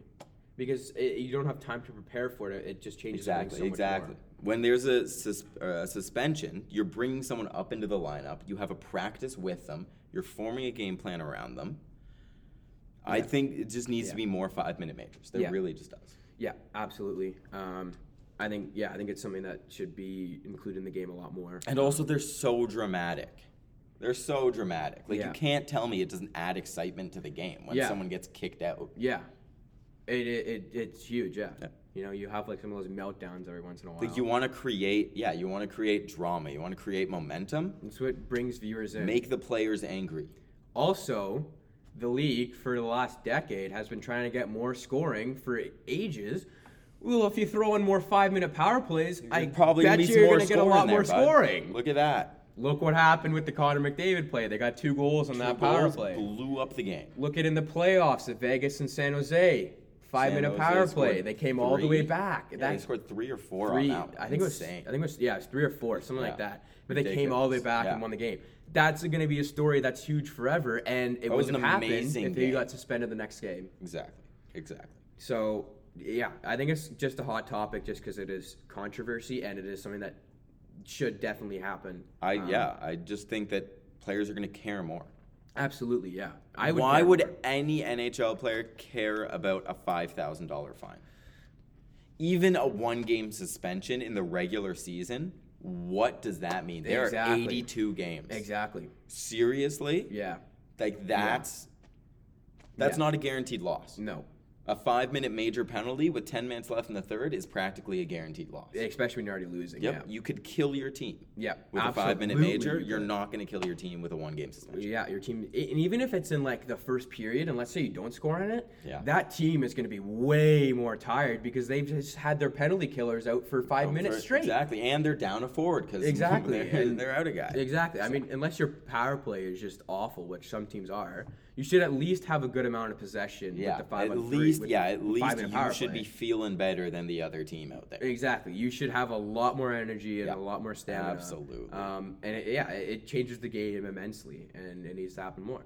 Speaker 2: Because it, you don't have time to prepare for it. It just changes everything
Speaker 1: Exactly.
Speaker 2: so much
Speaker 1: exactly.
Speaker 2: more.
Speaker 1: When there's a, sus- uh, a suspension, you're bringing someone up into the lineup. You have a practice with them. You're forming a game plan around them. I think it just needs
Speaker 2: Yeah.
Speaker 1: to be more five minute majors. There
Speaker 2: Yeah.
Speaker 1: really just does.
Speaker 2: Yeah, absolutely. Um, I think yeah, I think it's something that should be included in the game a lot more.
Speaker 1: And also, they're so dramatic. They're so dramatic. Like
Speaker 2: Yeah.
Speaker 1: you can't tell me it doesn't add excitement to the game when
Speaker 2: Yeah.
Speaker 1: someone gets kicked out.
Speaker 2: Yeah, it, it, it it's huge. Yeah.
Speaker 1: Yeah.
Speaker 2: you know, you have like some of those meltdowns every once in a while.
Speaker 1: Like you want to create, yeah, you want to create drama. You want to create momentum.
Speaker 2: That's what brings viewers in.
Speaker 1: Make the players angry.
Speaker 2: also, the league for the last decade has been trying to get more scoring for ages. Well, if you throw in more five-minute power plays, I
Speaker 1: There'd probably
Speaker 2: bet
Speaker 1: be
Speaker 2: you
Speaker 1: some
Speaker 2: you're
Speaker 1: more
Speaker 2: gonna get a
Speaker 1: scoring
Speaker 2: lot
Speaker 1: there,
Speaker 2: more
Speaker 1: bud.
Speaker 2: scoring. Look,
Speaker 1: Look at that.
Speaker 2: what happened with the Connor McDavid play. They got two goals on that power
Speaker 1: Bulls
Speaker 2: play.
Speaker 1: blew up the game.
Speaker 2: Look at in the playoffs at Vegas and San Jose. Five
Speaker 1: San
Speaker 2: minute
Speaker 1: Jose
Speaker 2: power
Speaker 1: scored
Speaker 2: play. They came all the way
Speaker 1: three.
Speaker 2: back.
Speaker 1: Yeah, they
Speaker 2: That's
Speaker 1: scored three or four on
Speaker 2: three.
Speaker 1: that. one.
Speaker 2: I think it was. I
Speaker 1: Insane.
Speaker 2: think it was. Yeah, it was three or four, something like
Speaker 1: Yeah.
Speaker 2: that. But they came all the way
Speaker 1: Ridiculous.
Speaker 2: back and
Speaker 1: Yeah.
Speaker 2: won the game. That's going to be a story that's huge forever, and it
Speaker 1: was
Speaker 2: wouldn't
Speaker 1: an
Speaker 2: have happened if
Speaker 1: amazing
Speaker 2: they
Speaker 1: game.
Speaker 2: got suspended the next game.
Speaker 1: Exactly. Exactly.
Speaker 2: So yeah, I think it's just a hot topic, just because it is controversy and it is something that should definitely happen.
Speaker 1: I yeah. I just think that players are going to care more.
Speaker 2: Absolutely, yeah. I would.
Speaker 1: Why
Speaker 2: care
Speaker 1: would
Speaker 2: more.
Speaker 1: any NHL player care about a five thousand dollar fine? Even a one game suspension in the regular season. What does that mean? There
Speaker 2: Exactly.
Speaker 1: are eighty-two games.
Speaker 2: exactly?
Speaker 1: Seriously,
Speaker 2: Yeah.
Speaker 1: like that's that's
Speaker 2: Yeah.
Speaker 1: not a guaranteed loss.
Speaker 2: No.
Speaker 1: A five-minute major penalty with ten minutes left in the third is practically a guaranteed loss.
Speaker 2: Especially when you're already losing.
Speaker 1: Yep.
Speaker 2: Yeah.
Speaker 1: You could kill your team.
Speaker 2: Yeah,
Speaker 1: With a five minute
Speaker 2: absolutely
Speaker 1: major,
Speaker 2: you
Speaker 1: you're
Speaker 2: could.
Speaker 1: not going to kill your team with a one game suspension.
Speaker 2: Yeah, your team, i- and even if it's in like the first period, and let's say you don't score on it,
Speaker 1: Yeah.
Speaker 2: that team is going to be way more tired because they've just had their penalty killers out for five minutes straight.
Speaker 1: Exactly. And they're down a forward because
Speaker 2: Exactly,
Speaker 1: they're,
Speaker 2: and-
Speaker 1: they're out a guy.
Speaker 2: Exactly. I mean, unless your power play is just awful, which some teams are, you should at least have a good amount of possession
Speaker 1: Yeah.
Speaker 2: with the five
Speaker 1: at
Speaker 2: on three,
Speaker 1: least,
Speaker 2: with
Speaker 1: yeah, at
Speaker 2: the
Speaker 1: least
Speaker 2: five-minute power
Speaker 1: you should
Speaker 2: play.
Speaker 1: be feeling better than the other team out there.
Speaker 2: Exactly. You should have a lot more energy and a lot more stamina.
Speaker 1: Absolutely.
Speaker 2: Um, and it, yeah, it it changes the game immensely, and it needs to happen more.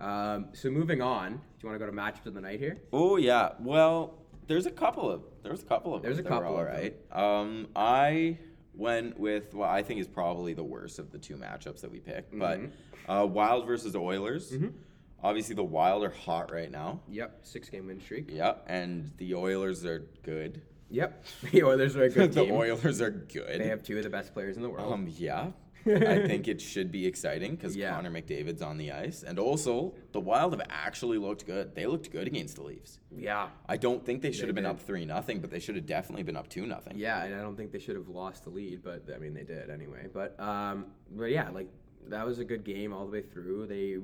Speaker 2: Um, so moving on, do you want to go to matchups of the night here?
Speaker 1: Oh yeah. Well, there's a couple of there's a couple of
Speaker 2: There's
Speaker 1: them
Speaker 2: a
Speaker 1: that were
Speaker 2: couple of
Speaker 1: all right. Um, I went with what I think is probably the worst of the two matchups that we picked,
Speaker 2: Mm-hmm.
Speaker 1: but uh, Wild versus Oilers. Obviously, the Wild are hot right now.
Speaker 2: Yep, six game win streak.
Speaker 1: Yeah, and the Oilers are good.
Speaker 2: Yep, the Uh-huh. Oilers are a good
Speaker 1: the
Speaker 2: team.
Speaker 1: Oilers are
Speaker 2: They
Speaker 1: good.
Speaker 2: have two of the best players in the world.
Speaker 1: Um, yeah. I think it should be exciting because
Speaker 2: Yeah.
Speaker 1: Connor McDavid's on the ice, and also the Wild have actually looked good. They looked good against the Leafs.
Speaker 2: yeah,
Speaker 1: I don't think they should have been
Speaker 2: did.
Speaker 1: up three nothing, but they should have definitely been up two nothing.
Speaker 2: yeah, and I don't think they should have lost the lead, but I mean they did anyway. But um, but yeah, like that was a good game all the way through. They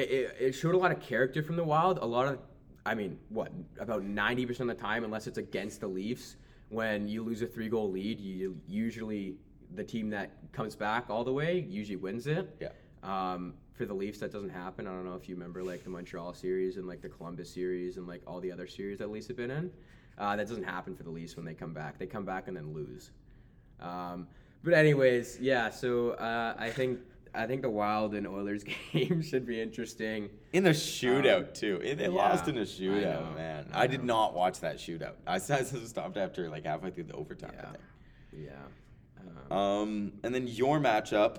Speaker 2: it, it, it showed a lot of character from the Wild. A lot of I mean, what about ninety percent of the time, unless it's against the Leafs, when you lose a three goal lead, you usually the team that comes back all the way usually wins it.
Speaker 1: Yeah.
Speaker 2: Um, for the Leafs, that doesn't happen. I don't know if you remember like the Montreal series and like the Columbus series and like all the other series that Leafs have been in. Uh, that doesn't happen for the Leafs when they come back. They come back and then lose. Um, but anyways, yeah. So uh, I think I think the Wild and Oilers game should be interesting.
Speaker 1: In a shootout too. Eh, They lost
Speaker 2: Um, yeah,
Speaker 1: in a shootout,
Speaker 2: know,
Speaker 1: man. I, did not watch that shootout. I s- I stopped after like halfway through the overtime. I
Speaker 2: Yeah.
Speaker 1: think.
Speaker 2: Yeah. Um,
Speaker 1: Um, and then your matchup,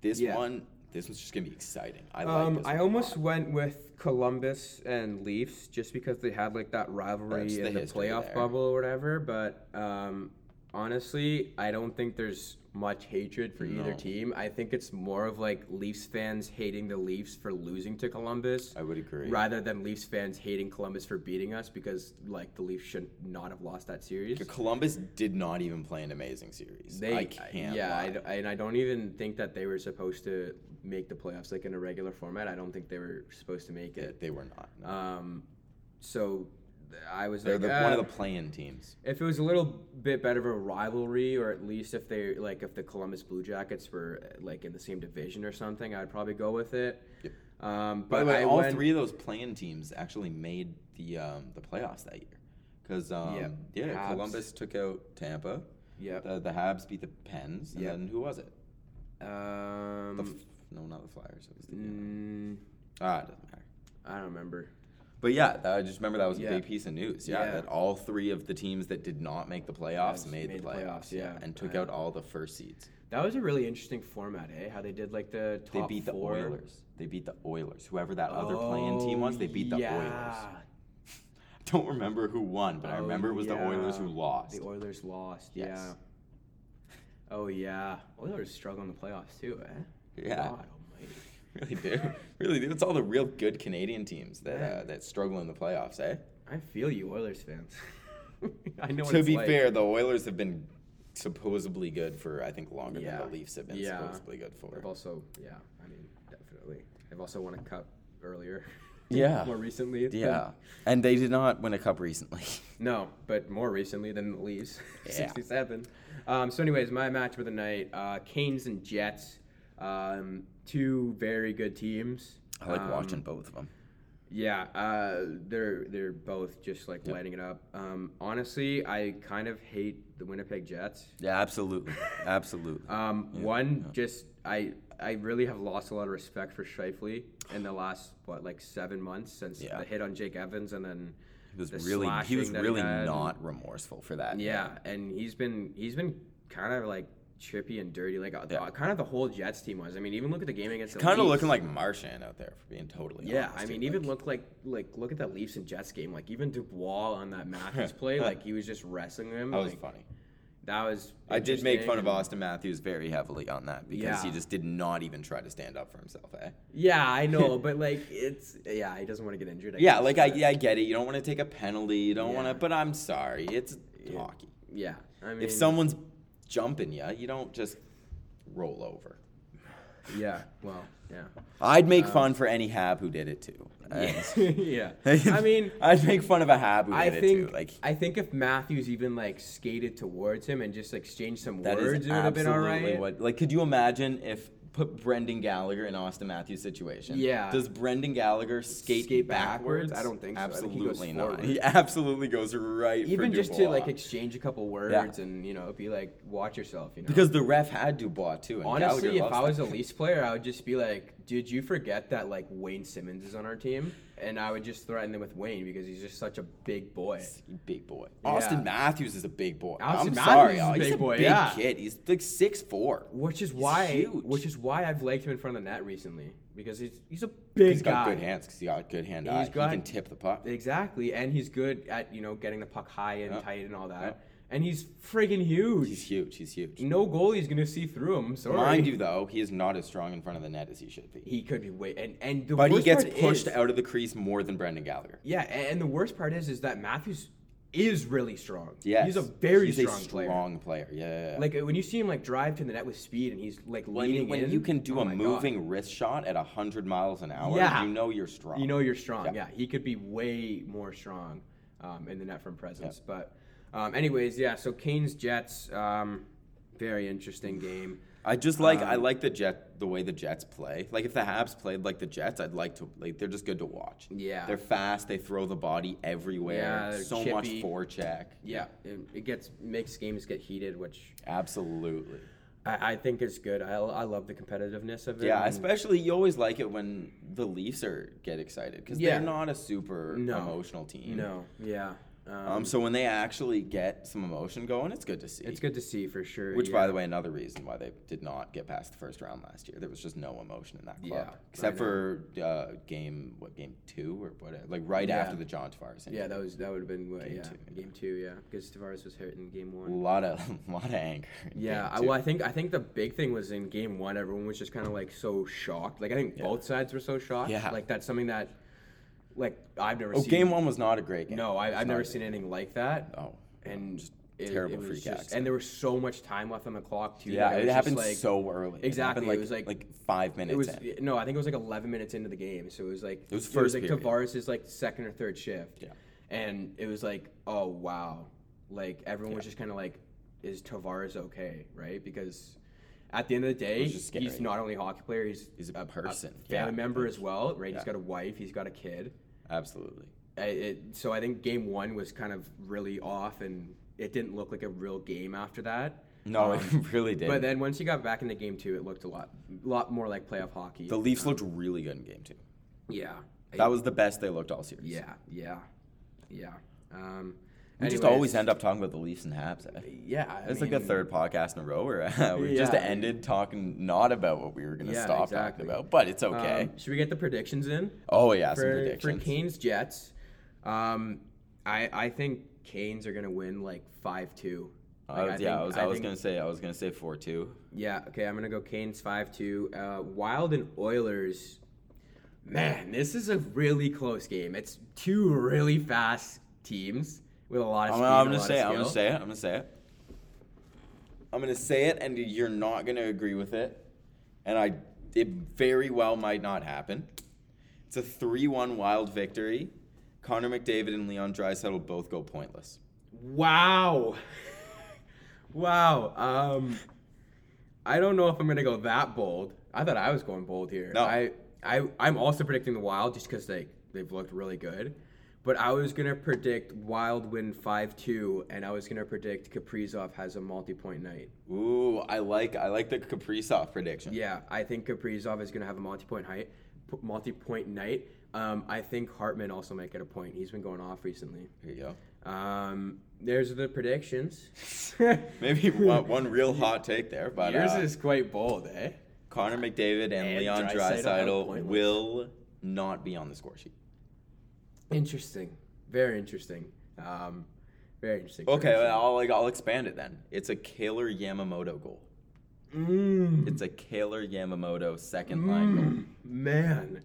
Speaker 1: this
Speaker 2: Yeah.
Speaker 1: one, this one's just gonna be exciting. I like
Speaker 2: um,
Speaker 1: this.
Speaker 2: I
Speaker 1: one a
Speaker 2: almost
Speaker 1: lot.
Speaker 2: went with Columbus and Leafs just because they had like that rivalry
Speaker 1: That's the
Speaker 2: in the,
Speaker 1: history
Speaker 2: playoff
Speaker 1: there.
Speaker 2: bubble or whatever. But um, honestly, I don't think there's much hatred for either
Speaker 1: No.
Speaker 2: team. I think it's more of like Leafs fans hating the Leafs for losing to Columbus.
Speaker 1: I would agree.
Speaker 2: Rather than Leafs fans hating Columbus for beating us because like the Leafs should not have lost that series.
Speaker 1: Columbus did not even play an amazing series.
Speaker 2: They,
Speaker 1: I can't.
Speaker 2: Yeah,
Speaker 1: lie.
Speaker 2: I d I and I don't even think that they were supposed to make the playoffs like in a regular format. I don't think they were supposed to make
Speaker 1: They,
Speaker 2: it.
Speaker 1: they were not. no.
Speaker 2: Um, so th- I was
Speaker 1: They're
Speaker 2: like,
Speaker 1: the,
Speaker 2: "Ah."
Speaker 1: one of the playing teams.
Speaker 2: if it was a little bit better of a rivalry, or at least if they like if the Columbus Blue Jackets were uh, like in the same division or something, I'd probably go with it.
Speaker 1: Yep.
Speaker 2: Um, but
Speaker 1: By the way,
Speaker 2: I
Speaker 1: all
Speaker 2: went-
Speaker 1: three of those playing teams actually made the um, the playoffs that year. Because um,
Speaker 2: Yep.
Speaker 1: yeah,
Speaker 2: Habs.
Speaker 1: Columbus took out Tampa.
Speaker 2: Yep.
Speaker 1: The, the Habs beat the Pens, and
Speaker 2: Yep.
Speaker 1: then who was it?
Speaker 2: Um,
Speaker 1: The f- no, not the Flyers. It was the,
Speaker 2: mm,
Speaker 1: Ah, it doesn't matter.
Speaker 2: I don't remember.
Speaker 1: But yeah, that- I just remember that was a
Speaker 2: Yeah.
Speaker 1: big piece of news. Yeah,
Speaker 2: Yeah.
Speaker 1: that all three of the teams that did not make the playoffs
Speaker 2: Yes,
Speaker 1: made, the playoffs. yeah, and took
Speaker 2: I-
Speaker 1: out all the first seeds.
Speaker 2: That was a really interesting format, eh? How they did like the top
Speaker 1: They beat the
Speaker 2: four.
Speaker 1: Oilers. They beat the Oilers. Whoever that other playing team was, they beat the Oilers.
Speaker 2: Oh, yeah.
Speaker 1: Don't remember who won, but I
Speaker 2: Oh,
Speaker 1: remember it was the Oilers
Speaker 2: yeah.
Speaker 1: who lost.
Speaker 2: The Oilers lost.
Speaker 1: Yes.
Speaker 2: Yeah. Oh yeah, Oilers struggle in the playoffs too, eh?
Speaker 1: Yeah.
Speaker 2: God almighty.
Speaker 1: Really do, really do. It's all the real good Canadian teams that uh, that struggle in the playoffs, eh?
Speaker 2: I feel you, Oilers fans. I know. What
Speaker 1: to
Speaker 2: it's
Speaker 1: be
Speaker 2: like.
Speaker 1: fair, the Oilers have been supposedly good for I think longer
Speaker 2: Yeah.
Speaker 1: than the Leafs have been
Speaker 2: Yeah.
Speaker 1: supposedly good
Speaker 2: I've
Speaker 1: for.
Speaker 2: also, yeah, I mean, definitely. I've also won a cup earlier.
Speaker 1: Yeah.
Speaker 2: more recently. than-
Speaker 1: Yeah, and they did not win a cup recently.
Speaker 2: No, but more recently than the Leafs,
Speaker 1: Yeah.
Speaker 2: 67. Um, so, anyways, my match for the night uh, Canes and Jets. Um, two very good teams.
Speaker 1: I like
Speaker 2: Um,
Speaker 1: watching both of them.
Speaker 2: Yeah, uh, they're they're both just like lighting it up. Um, honestly, I kind of hate the Winnipeg Jets.
Speaker 1: Yeah, absolutely, absolutely.
Speaker 2: Um, one, just I I really have lost a lot of respect for Shifley in the last what like seven months since
Speaker 1: Yeah.
Speaker 2: the hit on Jake Evans and then
Speaker 1: he was
Speaker 2: the
Speaker 1: really, he was
Speaker 2: slashing that he
Speaker 1: really
Speaker 2: had.
Speaker 1: not remorseful for that.
Speaker 2: Yeah, and he's been he's been kind of like chippy and dirty, like uh,
Speaker 1: Yeah.
Speaker 2: kind of the whole Jets team was. I mean, even look at the game against the
Speaker 1: kind of
Speaker 2: Leafs.
Speaker 1: looking like Martian out there, for being totally
Speaker 2: Yeah,
Speaker 1: honest.
Speaker 2: I mean,
Speaker 1: dude.
Speaker 2: even look like like look at that Leafs and Jets game. Like even Dubois on that Matthews play, like he was just wrestling him.
Speaker 1: that was
Speaker 2: like,
Speaker 1: funny.
Speaker 2: That was.
Speaker 1: I did make
Speaker 2: interesting,
Speaker 1: fun of
Speaker 2: and-
Speaker 1: Austin Matthews very heavily on that because he
Speaker 2: Yeah.
Speaker 1: just did not even try to stand up for himself. Eh?
Speaker 2: Yeah, I know, but like it's yeah, he doesn't want to get injured. I
Speaker 1: Yeah,
Speaker 2: guess,
Speaker 1: like I,
Speaker 2: but-
Speaker 1: yeah, I get it. You don't want to take a penalty. You don't want
Speaker 2: Yeah.
Speaker 1: to. But I'm sorry, it's hockey.
Speaker 2: yeah. I mean,
Speaker 1: if someone's jumping you, you don't just roll over.
Speaker 2: yeah, well, yeah,
Speaker 1: I'd make fun for any Hab who did it too.
Speaker 2: yeah.
Speaker 1: And-
Speaker 2: yeah. I mean,
Speaker 1: I'd make fun of a Hab who did
Speaker 2: I
Speaker 1: it
Speaker 2: think
Speaker 1: too. Like
Speaker 2: I think if Matthews even like skated towards him and just exchanged some
Speaker 1: that is
Speaker 2: words, it would have been all
Speaker 1: absolutely
Speaker 2: right.
Speaker 1: what. Like, could you imagine if put Brendan Gallagher in Austin Matthews situation?
Speaker 2: Yeah.
Speaker 1: Does Brendan Gallagher skate,
Speaker 2: Skate
Speaker 1: backwards?
Speaker 2: backwards? I don't think so. I think he
Speaker 1: absolutely
Speaker 2: goes
Speaker 1: not.
Speaker 2: forward.
Speaker 1: He absolutely goes right. for
Speaker 2: even just to
Speaker 1: Dubois.
Speaker 2: like exchange a couple words and you know be like, watch yourself, you know.
Speaker 1: because the ref had Dubois too. And
Speaker 2: honestly,
Speaker 1: Gallagher
Speaker 2: if
Speaker 1: loves
Speaker 2: I
Speaker 1: that.
Speaker 2: was a Leafs player, I would just be like, did you forget that like Wayne Simmons is on our team? And I would just threaten them with Wayne because he's just such a big boy.
Speaker 1: Big boy. Austin
Speaker 2: Yeah.
Speaker 1: Matthews is a big boy.
Speaker 2: Austin
Speaker 1: I'm
Speaker 2: Matthews
Speaker 1: sorry,
Speaker 2: is a
Speaker 1: Al, he's
Speaker 2: big
Speaker 1: a
Speaker 2: boy,
Speaker 1: big
Speaker 2: yeah.
Speaker 1: kid. He's like six four.
Speaker 2: Which is why,
Speaker 1: huge.
Speaker 2: which is why I've liked him in front of the net recently because he's he's a big
Speaker 1: He's
Speaker 2: guy.
Speaker 1: got good hands because he got good hand
Speaker 2: He's
Speaker 1: eye.
Speaker 2: got-
Speaker 1: he can tip the puck.
Speaker 2: Exactly, and he's good at you know getting the puck high and tight and all that.
Speaker 1: Yep.
Speaker 2: And he's friggin' huge.
Speaker 1: He's huge. He's huge.
Speaker 2: no goalie's gonna see through him. Sorry.
Speaker 1: Mind you, though, he is not as strong in front of the net as he should be.
Speaker 2: he could be way and and the
Speaker 1: But he
Speaker 2: worst
Speaker 1: gets
Speaker 2: part
Speaker 1: pushed
Speaker 2: is-
Speaker 1: out of the crease more than Brendan Gallagher.
Speaker 2: Yeah, a- and the worst part is is that Matthews is really strong.
Speaker 1: Yes.
Speaker 2: he's a very
Speaker 1: he's
Speaker 2: strong,
Speaker 1: a
Speaker 2: player.
Speaker 1: strong player. Yeah, yeah, yeah.
Speaker 2: Like when you see him like drive to the net with speed and he's like
Speaker 1: when, you-
Speaker 2: leaning
Speaker 1: when
Speaker 2: in,
Speaker 1: you can do
Speaker 2: oh
Speaker 1: a
Speaker 2: my God.
Speaker 1: moving wrist shot at 100 miles an hour,
Speaker 2: Yeah.
Speaker 1: you know you're strong.
Speaker 2: You know you're strong.
Speaker 1: Yeah.
Speaker 2: Yeah, he could be way more strong um, in the net from presence. But, um, anyways, yeah. So Canes Jets, um, very interesting game.
Speaker 1: I just like I
Speaker 2: Um,
Speaker 1: like the jet the way the Jets play. Like if the Habs played like the Jets, I'd like to like they're just good to watch.
Speaker 2: Yeah.
Speaker 1: They're fast, they throw the body
Speaker 2: Yeah,
Speaker 1: everywhere.
Speaker 2: they're
Speaker 1: so much
Speaker 2: chippy.
Speaker 1: forecheck.
Speaker 2: Yeah, it, it gets makes games get heated, which
Speaker 1: Absolutely.
Speaker 2: I, I think is good. I, I love the competitiveness of it.
Speaker 1: Yeah,
Speaker 2: and-
Speaker 1: especially you always like it when the Leafs are get excited cuz
Speaker 2: Yeah.
Speaker 1: they're not a super
Speaker 2: No.
Speaker 1: emotional team.
Speaker 2: no, yeah. Um,
Speaker 1: Um so when they actually get some emotion going, it's good to see.
Speaker 2: it's good to see for sure.
Speaker 1: Which,
Speaker 2: yeah.
Speaker 1: by the way, another reason why they did not get past the first round last year. There was just no emotion in that club,
Speaker 2: Yeah,
Speaker 1: except
Speaker 2: I
Speaker 1: for uh, game what game two or what, like right
Speaker 2: Yeah.
Speaker 1: after the John Tavares.
Speaker 2: yeah,
Speaker 1: injury.
Speaker 2: that was that would have been what,
Speaker 1: Game
Speaker 2: yeah,
Speaker 1: two.
Speaker 2: game two, yeah, because Tavares was hurt in game
Speaker 1: a
Speaker 2: one.
Speaker 1: lot of lot of anger. in
Speaker 2: Yeah,
Speaker 1: game
Speaker 2: I,
Speaker 1: two.
Speaker 2: well, I think I think the big thing was in game one, everyone was just kind of like so shocked. Like I think both sides were so shocked.
Speaker 1: Yeah.
Speaker 2: like that's something that, like I've never.
Speaker 1: oh,
Speaker 2: seen.
Speaker 1: game one was not a great game.
Speaker 2: No,
Speaker 1: It's
Speaker 2: I, I've
Speaker 1: not
Speaker 2: never
Speaker 1: a-
Speaker 2: seen anything like that.
Speaker 1: Oh,
Speaker 2: and
Speaker 1: just
Speaker 2: it-
Speaker 1: terrible
Speaker 2: it was
Speaker 1: free
Speaker 2: just-
Speaker 1: kicks.
Speaker 2: And there was so much time left on the clock too.
Speaker 1: yeah,
Speaker 2: that
Speaker 1: it,
Speaker 2: was just,
Speaker 1: happened
Speaker 2: like,
Speaker 1: so early. It
Speaker 2: Exactly,
Speaker 1: happened,
Speaker 2: it
Speaker 1: like,
Speaker 2: was, like-
Speaker 1: like five minutes.
Speaker 2: It was
Speaker 1: in.
Speaker 2: no, I think it was like 11 minutes into the game, so it was like
Speaker 1: It was first
Speaker 2: like
Speaker 1: period.
Speaker 2: Tavares' like second or third shift.
Speaker 1: Yeah.
Speaker 2: and it was like oh wow, like everyone was just kind of like, is Tavares okay, right? Because at the end of the day,
Speaker 1: was just
Speaker 2: he's
Speaker 1: scary.
Speaker 2: not only a hockey player, he's
Speaker 1: He's a person.
Speaker 2: family
Speaker 1: Yeah.
Speaker 2: member as well, right? He's
Speaker 1: Yeah.
Speaker 2: got a wife, he's got a kid.
Speaker 1: Absolutely.
Speaker 2: I- it, so I think game one was kind of really off, and it didn't look like a real game after that.
Speaker 1: No,
Speaker 2: Um,
Speaker 1: it really did.
Speaker 2: but then once you got back into game two, it looked a lot, lot more like playoff hockey.
Speaker 1: the Leafs looked really good in game two.
Speaker 2: yeah,
Speaker 1: That was the best they looked all series.
Speaker 2: Yeah, yeah, yeah. Um,
Speaker 1: We just
Speaker 2: anyways,
Speaker 1: always end up talking about the Leafs and Habs. eh?
Speaker 2: Yeah, I
Speaker 1: It's like the
Speaker 2: mean,
Speaker 1: third podcast in a row where uh, we just
Speaker 2: Yeah.
Speaker 1: ended talking not about what we were going to
Speaker 2: Yeah,
Speaker 1: stop
Speaker 2: exactly.
Speaker 1: talking about, but it's
Speaker 2: um,
Speaker 1: okay.
Speaker 2: should we get the predictions in
Speaker 1: oh yeah, some
Speaker 2: for, for
Speaker 1: predictions.
Speaker 2: Canes Jets? Um, I I think Canes are gonna win like five two.
Speaker 1: I was- yeah, I was, I was gonna say I was gonna say four two.
Speaker 2: Yeah, okay, I'm gonna go Canes five two. Uh, Wild and Oilers. Man, this is a really close game. It's two really fast teams with a lot of
Speaker 1: I'm,
Speaker 2: speed.
Speaker 1: gonna- I'm
Speaker 2: and
Speaker 1: gonna
Speaker 2: a lot
Speaker 1: say it,
Speaker 2: of
Speaker 1: I'm gonna
Speaker 2: skill.
Speaker 1: say it. I'm gonna say it. I'm gonna say it, and you're not gonna agree with it, and I it very well might not happen. It's a three-one Wild victory. Connor McDavid and Leon Draisaitl both go pointless.
Speaker 2: Wow. wow. Um I don't know if I'm gonna go that bold. I thought I was going bold here.
Speaker 1: No.
Speaker 2: I, I I'm also predicting the wild just because they they've looked really good. But I was gonna predict Wild win five two, and I was gonna predict Kaprizov has a multi point night.
Speaker 1: Ooh, I like I like the Kaprizov prediction.
Speaker 2: Yeah, I think Kaprizov is gonna have a multi point height, multi point night. Um, I think Hartman also might get a point. He's been going off recently.
Speaker 1: Here you go.
Speaker 2: Um, there's the predictions.
Speaker 1: Maybe one, one real hot take there, but
Speaker 2: Yours
Speaker 1: uh,
Speaker 2: is quite bold, eh?
Speaker 1: Connor McDavid and,
Speaker 2: And
Speaker 1: Leon
Speaker 2: Draisaitl have
Speaker 1: Draisaitl
Speaker 2: pointless.
Speaker 1: will not be on the score sheet.
Speaker 2: Interesting. Very interesting. Um, very interesting.
Speaker 1: Okay,
Speaker 2: prediction.
Speaker 1: well, I'll like I'll expand it then. It's a Kaylor Yamamoto goal.
Speaker 2: Mm,
Speaker 1: It's a Kaylor Yamamoto second line goal.
Speaker 2: man,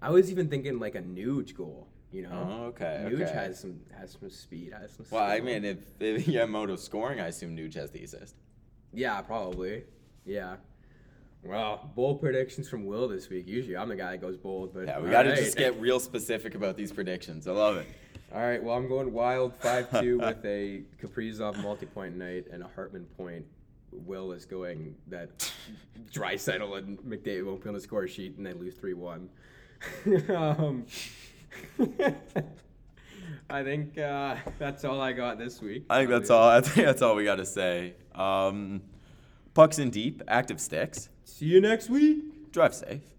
Speaker 2: I was even thinking like a Nuge goal. You know,
Speaker 1: Oh, okay,
Speaker 2: Nuge
Speaker 1: okay.
Speaker 2: has some has some speed. Has some.
Speaker 1: Well, I
Speaker 2: skill.
Speaker 1: mean, if, if Yamamoto's scoring, I assume Nuge has the assist.
Speaker 2: Yeah, probably. Yeah. Well, bold predictions from Will this week. Usually, I'm the guy that goes bold, but
Speaker 1: Yeah, we
Speaker 2: all
Speaker 1: got to
Speaker 2: right.
Speaker 1: just get real specific about these predictions. I love it.
Speaker 2: All right. Well, I'm going wild five two with a Kaprizov multi-point night and a Hartman point. Will is going that Drysaddle and McDavid won't be on the score sheet, and they lose three one. um, I think uh, that's all I got this week.
Speaker 1: I think that's all. I think that's all we got to say. Um, pucks in deep, active sticks,
Speaker 2: See you next week.
Speaker 1: drive safe.